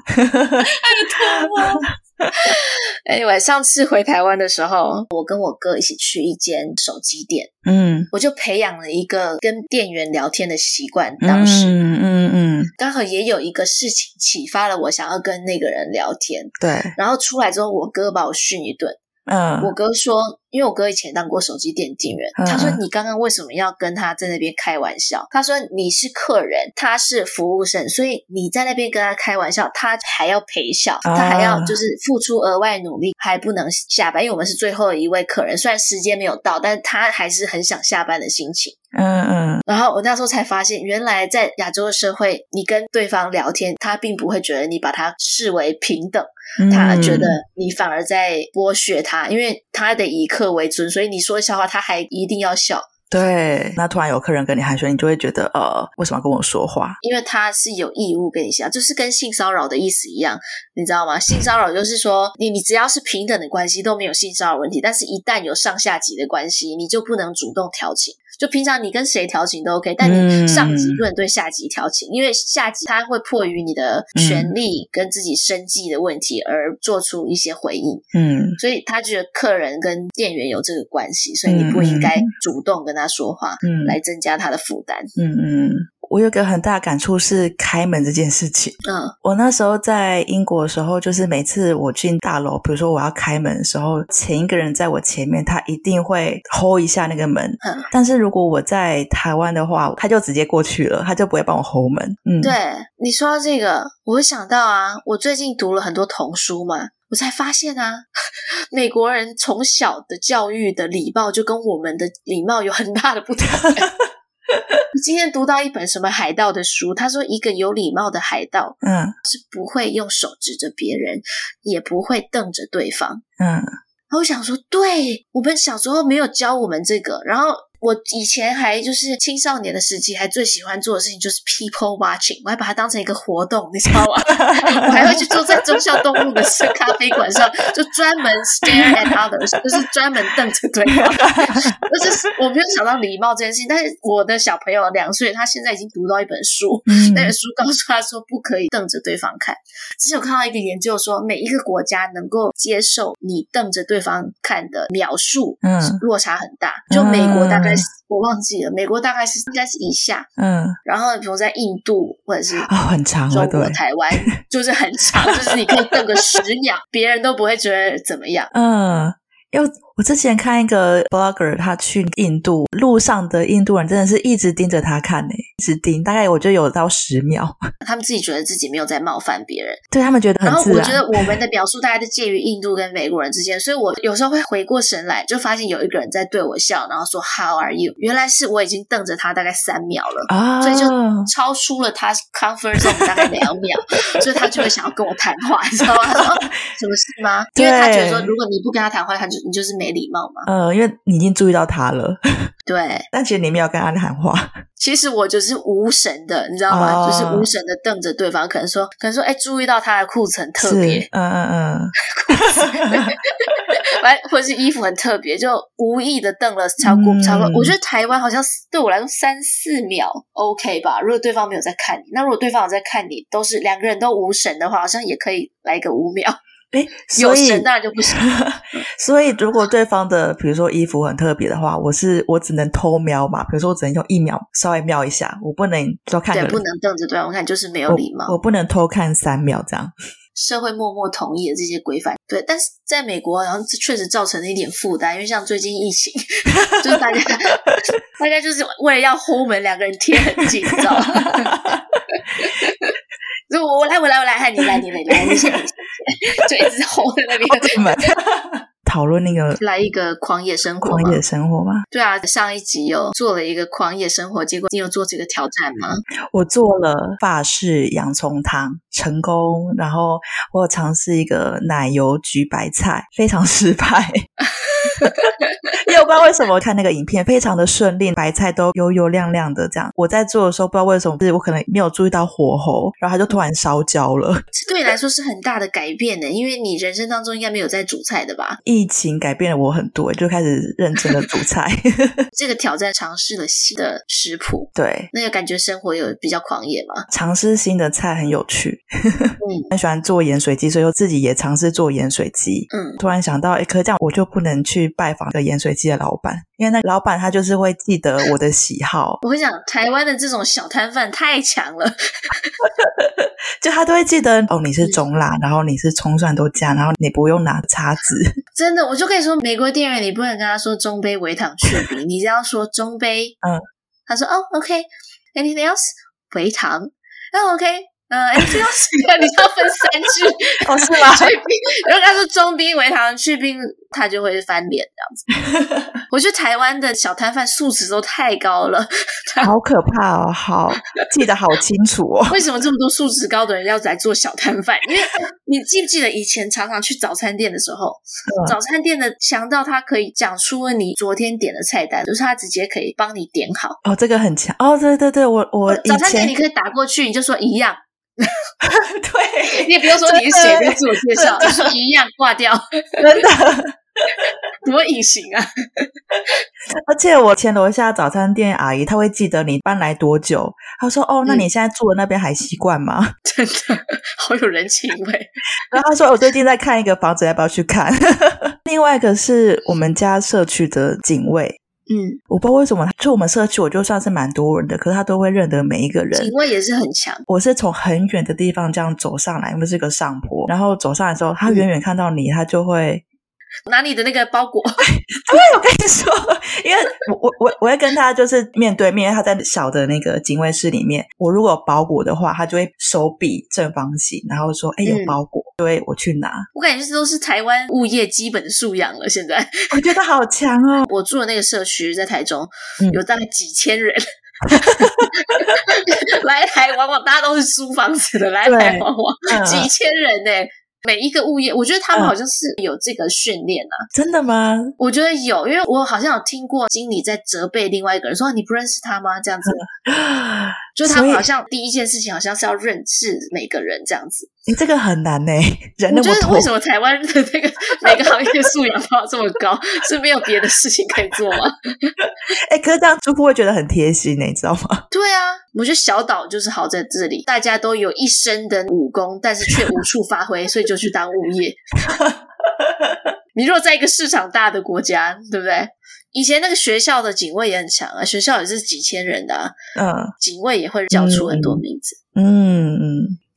E: Anyway，上次回台湾的时候，我跟我哥一起去一间手机店，
K: 嗯，
E: 我就培养了一个跟店员聊天的习惯。当
K: 嗯
E: 时、
K: 嗯嗯，
E: 刚好也有一个事情启发了我，想要跟那个人聊天。
K: 对，
E: 然后出来之后，我哥把我训一顿。
K: 嗯，
E: 我哥说，因为我哥以前当过手机店店员，
K: 嗯
E: 他说
K: 嗯
E: 你刚刚为什么要跟他在那边开玩笑？他说你是客人，他是服务生，所以你在那边跟他开玩笑，他还要陪笑，他还要
K: 啊
E: 就是付出额外努力，还不能下班，因为我们是最后一位客人，虽然时间没有到，但他还是很想下班的心情。
K: 嗯嗯，
E: 然后我那时候才发现，原来在亚洲的社会，你跟对方聊天，他并不会觉得你把他视为平等。
K: 嗯
E: 他觉得你反而在剥削他，因为他得以客为尊，所以你说笑话他还一定要笑，
K: 对。那突然有客人跟你寒暄，你就会觉得呃，为什么要跟我说话？
E: 因为他是有义务跟你笑，就是跟性骚扰的意思一样，你知道吗？性骚扰就是说你你只要是平等的关系都没有性骚扰问题，但是一旦有上下级的关系，你就不能主动调情。就平常你跟谁调情都 OK，但你
K: 嗯
E: 上级不能对下级调情，因为下级他会迫于你的
K: 嗯
E: 权利跟自己生计的问题而做出一些回应。
K: 嗯，
E: 所以他觉得客人跟店员有这个关系，所以你不应该主动跟他说话，
K: 嗯
E: 来增加他的负担。
K: 嗯嗯，我有个很大的感触是开门这件事情。
E: 嗯
K: 我那时候在英国的时候，就是每次我进大楼，比如说我要开门的时候，前一个人在我前面，他一定会 hold 一下那个门。
E: 嗯
K: 但是如果我在台湾的话，他就直接过去了，他就不会帮我 hold 门。嗯，
E: 对，你说到这个，我会想到啊，我最近读了很多童书嘛，我才发现啊， 美国人从小的教育的礼貌就跟我们的礼貌有很大的不同。今天读到一本什么海盗的书，他说一个有礼貌的海盗
K: 嗯
E: 不会用手指着别人，也不会瞪着对方，
K: 嗯
E: 然后我想说，对我们小时候没有教我们这个，然后。我以前还就是青少年的时期，还最喜欢做的事情就是 people watching，我还把它当成一个活动，你知道吗？ 我还会去坐在忠孝东路的是咖啡馆上，就专门 stare at others，就是专门瞪着对方。 就是我没有想到礼貌这件事情，但是我的小朋友两岁，他现在已经读到一本书，
K: 嗯
E: 那本书告诉他说不可以瞪着对方看。之前有看到一个研究说，每一个国家能够接受你瞪着对方看的描述，
K: 嗯
E: 落差很大。就美国大概是、我忘记了，美国大概是应该是以下，
K: 嗯，
E: 然后比如在印度或者是
K: 啊、很长
E: 中
K: 了，
E: 国、
K: 对，
E: 台湾 就是很长，就是你可以瞪个十秒，别人都不会觉得怎么样。
K: 嗯。因为我之前看一个 blogger，他去印度，路上的印度人真的是一直盯着他看呢、一直盯，大概我就有到十秒，
E: 他们自己觉得自己没有在冒犯别人。
K: 对他们觉得
E: 然
K: 很
E: 后
K: 自
E: 我觉
K: 然。
E: 得我们的表述大概是介于印度跟美国人之间，所以我有时候会回过神来，就发现有一个人在对我笑，然后说 How are you？原来是我已经瞪着他大概三秒了。
K: 啊，
E: 所以就超出了他 comfort zone 大概两秒，所以他就会 想要跟我谈话，你知道吗？他说哦什么事吗？因为他觉得说，
K: 对
E: 如果你不跟他谈话，他就你就是没礼貌吗？
K: 呃，因为你已经注意到他了，
E: 对，
K: 但其实你没有跟他喊话。
E: 其实我就是无神的，你知道吗？
K: 哦
E: 就是无神的瞪着对方，可能说，可能说，哎，注意到他的裤子很特
K: 是
E: 别，，
K: 嗯嗯嗯，
E: 完或者是衣服很特别，就无意的瞪了超过、
K: 嗯
E: 超过。我觉得台湾好像对我来说三四秒 OK 吧，如果对方没有在看你，那如果对方有在看你，都是两个人都无神的话，好像也可以来个五秒。
K: 哎，
E: 有
K: 所以
E: 神当然就不行。
K: 所以如果对方的比如说衣服很特别的话，我是我只能偷瞄嘛，比如说我只能用一秒稍微瞄一下，我不能多 看哦
E: 对
K: 个，
E: 不能瞪着对方看，就是没有
K: 我
E: 礼貌。
K: 我不能偷看三秒这样。
E: 社会默默同意的这些规范，对，但是在美国，好像这确实造成了一点负担，因为像最近疫情， 就是 大家大家就是为了要轰门，两个人贴很近，你知道吗？ 就我我来我来我来，嗨你来你来你来，你先你先 就一直轰在那边，
K: 讨论那个
E: 来一个狂野生活
K: 狂
E: 嘛。
K: 野生活吗？
E: 对啊，上一集有做了一个狂野生活，结果你有做这个挑战吗？
K: 我做了法式洋葱汤成功，然后我有尝试一个奶油焗白菜，非常 失败。因为我不知道为什么看那个影片非常的顺利，白菜都油油亮亮的这样。我在做的时候不知道为什么，就是我可能没有注意到火候，然后它就突然烧焦了。
E: 这对你来说是很大的改变呢，因为你人生当中应该没有在煮菜的吧？
K: 疫情改变了我很多，就开始认真的煮菜。
E: 这个挑战尝试了新的食谱，
K: 对，
E: 那个感觉生活有比较狂野嘛？
K: 尝试新的菜很有趣，
E: 嗯
K: 很喜欢做盐水鸡，所以我自己也尝试做盐水鸡。
E: 嗯，
K: 突然想到，诶，可是这样我就不能去拜访那个盐水鸡的老板，因为那个老板他就是会记得我的喜好，
E: 我跟你讲，台湾的这种小摊贩太强了，
K: 就他都会记得哦，你是中辣，然后你是葱蒜都加，然后你不用拿叉子，
E: 真的，我就跟你说，美国店员你不能跟他说中杯微糖去冰，你只要说中杯，
K: 嗯，
E: 他说哦，OK，anything else 微糖，哦 OK。呃，anything else？你 就要分三句，
K: 哦是吗
E: 去冰，如果他说中冰、微糖、去冰，他就会翻脸这样子。我觉得台湾的小摊贩素质都太高了，
K: 好可怕哦，好记得好清楚哦。
E: 为什么这么多素质高的人要来做小摊贩？因为你记不记得以前常常去早餐店的时候，
K: 嗯
E: 早餐店的强到他可以讲出你昨天点的菜单，就是他直接可以帮你点好。
K: 哦，这个很强哦，对对对，我我以
E: 早餐
K: 前
E: 店你可以打过去，你就说一 样，
K: 对
E: 你也不用说你是谁
K: 真的
E: 就自我介 绍，就说一样挂掉，
K: 真的。
E: 多隐形啊！
K: 而且我前楼下早餐店阿姨，她会记得你搬来多久。她说：“哦，那你现在住的那边还习惯吗？”
E: 真的好有人情味。
K: 然后她说：“哦我最近在看一个房子，要不要去看？” 另外一个是我们家社区的警卫，
E: 嗯，
K: 我不知道为什么，就我们社区，我就算是蛮多人的，可是他都会认得每一个人
E: 警。卫也是很强。
K: 我是从很远的地方这样走上来，因为是个上坡，然后走上来之后，他
E: 嗯
K: 远远看到你，他就会
E: 拿你的那个包裹，
K: 我跟你说，因为我我我我会跟他就是面对面，因为他在小的那个警卫室里面，我如果有包裹的话，他就会手比正方形，然后说：“哎、有
E: 嗯
K: 包裹，对我去拿。
E: 我感觉这都是台湾物业基本的素养了。现在”
K: 我觉得好强哦！
E: 我住的那个社区在台中，
K: 嗯
E: 有大概几千人。来来往往，大家都是租房子的，来来往往，
K: 嗯
E: 几千人呢、每一个物业，我觉得他们
K: 嗯
E: 好像是有这个训练啊。
K: 真的吗？
E: 我觉得有，因为我好像有听过经理在责备另外一个人说：“啊你不认识他吗？”这样子，就他
K: 嗯所
E: 们
K: 以
E: 好像第一件事情好像是要认识每个人这样子。
K: 你这个很难呢、人
E: 我
K: 哎那
E: 觉
K: 么
E: 得
K: 多
E: 为，什么台湾的那个每个行业素养都要这么高？是没有别的事情可以做吗？
K: 哎、可是这样住户会觉得很贴心欸呢、你知道吗？
E: 对啊，我觉得小岛就是好在这里，大家都有一身的武功，但是却无处发挥，所以就去当物业。你若在一个市场大的国家，对不对？以前那个学校的警卫也很强啊，学校也是几千人的、啊，
K: 嗯
E: 警卫也会叫出很多名字。
K: 嗯嗯，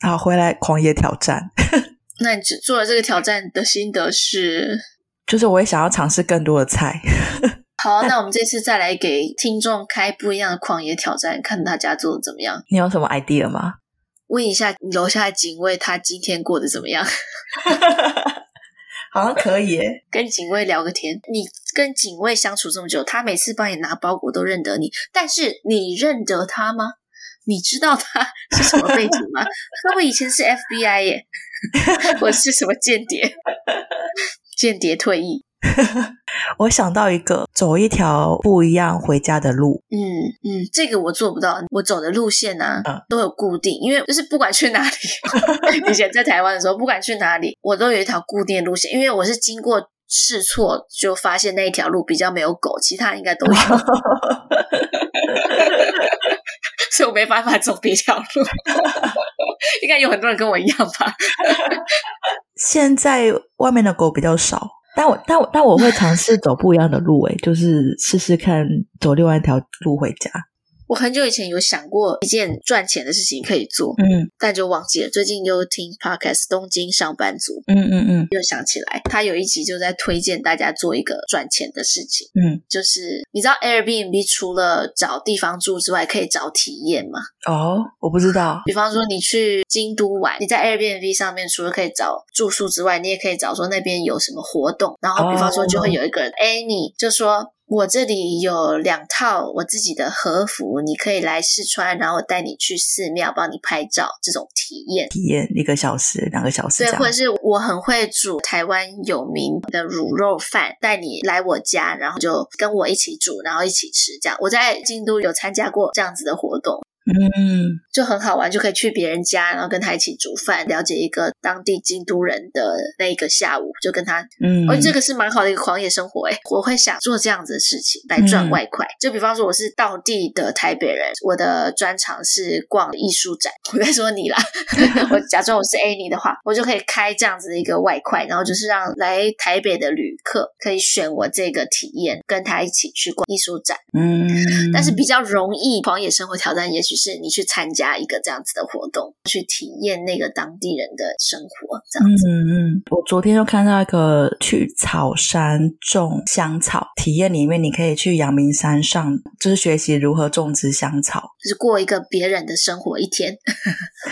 K: 好，回来狂野挑战，
E: 那你只做了这个挑战的心得是？
K: 就是我也想要尝试更多的菜。
E: 好，啊那我们这次再来给听众开不一样的狂野挑战，看大家做的怎么样。
K: 你有什么 idea 吗？
E: 问一下你楼下的警卫，他今天过得怎么样？
K: 好像可以、欸耶。
E: 跟警卫聊个天。你跟警卫相处这么久，他每次帮你拿包裹都认得你，但是你认得他吗？你知道他是什么背景吗？他会以前是 FBI 耶，我是什么间谍？间谍退役。
K: 我想到一个，走一条不一样回家的路。
E: 嗯嗯，这个我做不到，我走的路线呢、
K: 嗯
E: 都有固定，因为就是不管去哪里，以前在台湾的时候，不管去哪里，我都有一条固定的路线，因为我是经过。试错就发现那一条路比较没有狗，其他应该都有，所以我没办法走别条路。应该有很多人跟我一样吧？
K: 现在外面的狗比较少，但我但我但我会尝试走不一样的路、欸，诶，就是试试看走另外一条路回家。
E: 我很久以前有想过一件赚钱的事情可以做，
K: 嗯
E: 但就忘记了。最近又听 podcast《东京上班族》，
K: 嗯嗯嗯
E: 又想起来，他有一集就在推荐大家做一个赚钱的事情，
K: 嗯，
E: 就是你知道 Airbnb 除了找地方住之外，可以找体验吗？
K: 哦，我不知道，
E: 比方说你去京都玩，你在 Airbnb 上面除了可以找住宿之外，你也可以找说那边有什么活动。然后比方说就会有一个人 Amy 就说。我这里有两套我自己的和服，你可以来试穿，然后我带你去寺庙帮你拍照，这种体验。
K: 体验一个小时、两个小时
E: 对
K: 这，样
E: 或。者是我很会煮台湾有名的卤肉饭，带你来我家，然后就跟我一起煮，然后一起吃这样。我在京都有参加过这样子的活动，
K: 嗯，
E: 就很好玩，就可以去别人家，然后跟他一起煮饭，了解一个当地京都人的那一个下午，就跟他。
K: 嗯，
E: 哦而、这个是蛮好的一个狂野生活诶、欸我会想做这样子的事情来
K: 嗯
E: 赚外快。就比方说我是道地的台北人，我的专长是逛艺术展。我在说你啦， 我假装我是 Annie 的话，我就可以开这样子的一个外快，然后就是让来台北的旅客可以选我这个体验，跟他一起去逛艺术展。
K: 嗯，
E: 但是比较容易狂野生活挑战，也许是你去参加一个这样子的活动，去体验那个当地人的生活，这样子。
K: 嗯嗯，我昨天又看到一个去草山种香草体验，里面你可以去阳明山上，就是学习如何种植香草。
E: 就是过一个别人的生活一天。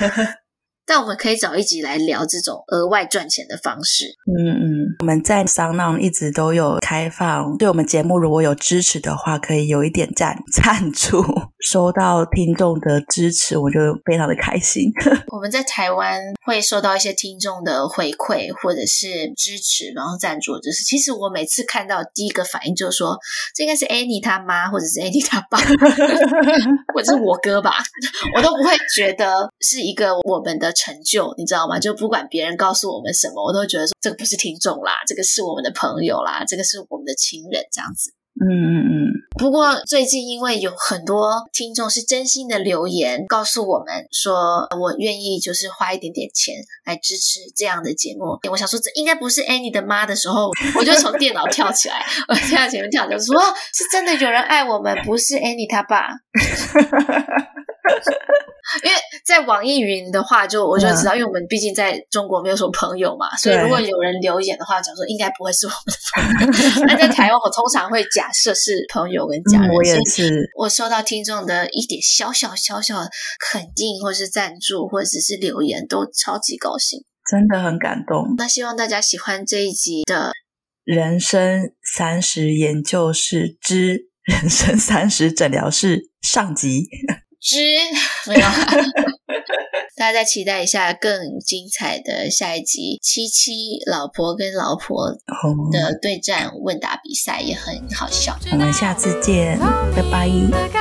E: 但我们可以找一集来聊这种额外赚钱的方式。
K: 嗯嗯，我们在商浪一直都有开放，对我们节目如果有支持的话，可以有一点赞赞助，收到听众的支持，我就非常的开心。
E: 我们在台湾会收到一些听众的回馈或者是支持，然后赞助。就是其实我每次看到第一个反应就是说，这应该是 Annie 他妈或者是 Annie 他爸，或者是我哥吧，我都不会觉得是一个我们的成就，你知道吗？就不管别人告诉我们什么，我都会觉得说这个不是听众啦，这个是我们的朋友啦，这个是我们的亲人这样子。
K: 嗯嗯嗯，
E: 不过最近因为有很多听众是真心的留言告诉我们说，呃我愿意就是花一点点钱来支持这样的节目。我想说，这应该不是 Annie 的妈的时候，我就从电脑跳起来， 我跳到前面跳，就说哇是真的有人爱我们，不是 Annie 他爸。 因为在网易云的话，就我就知道，因为我们毕竟在中国没有什么朋友嘛，所以
K: 对
E: 如果有人留言的话，讲说应该不会是我们的朋友。 那在台湾，我通常会假设是朋友跟家人。
K: 嗯我也
E: 所以
K: 是，
E: 我收到听众的一点小小小小的肯定，或是赞助，或者是留言，都超级高兴。
K: 真的很感动。
E: 那希望大家喜欢这一集的
K: 人生三十研究室之人生三十诊疗室上集，
E: 之没有，大家再期待一下更精彩的下一集。七七老婆跟老婆
K: 好，
E: 的对战问答比赛也很好笑。
K: 我们下次见，拜拜。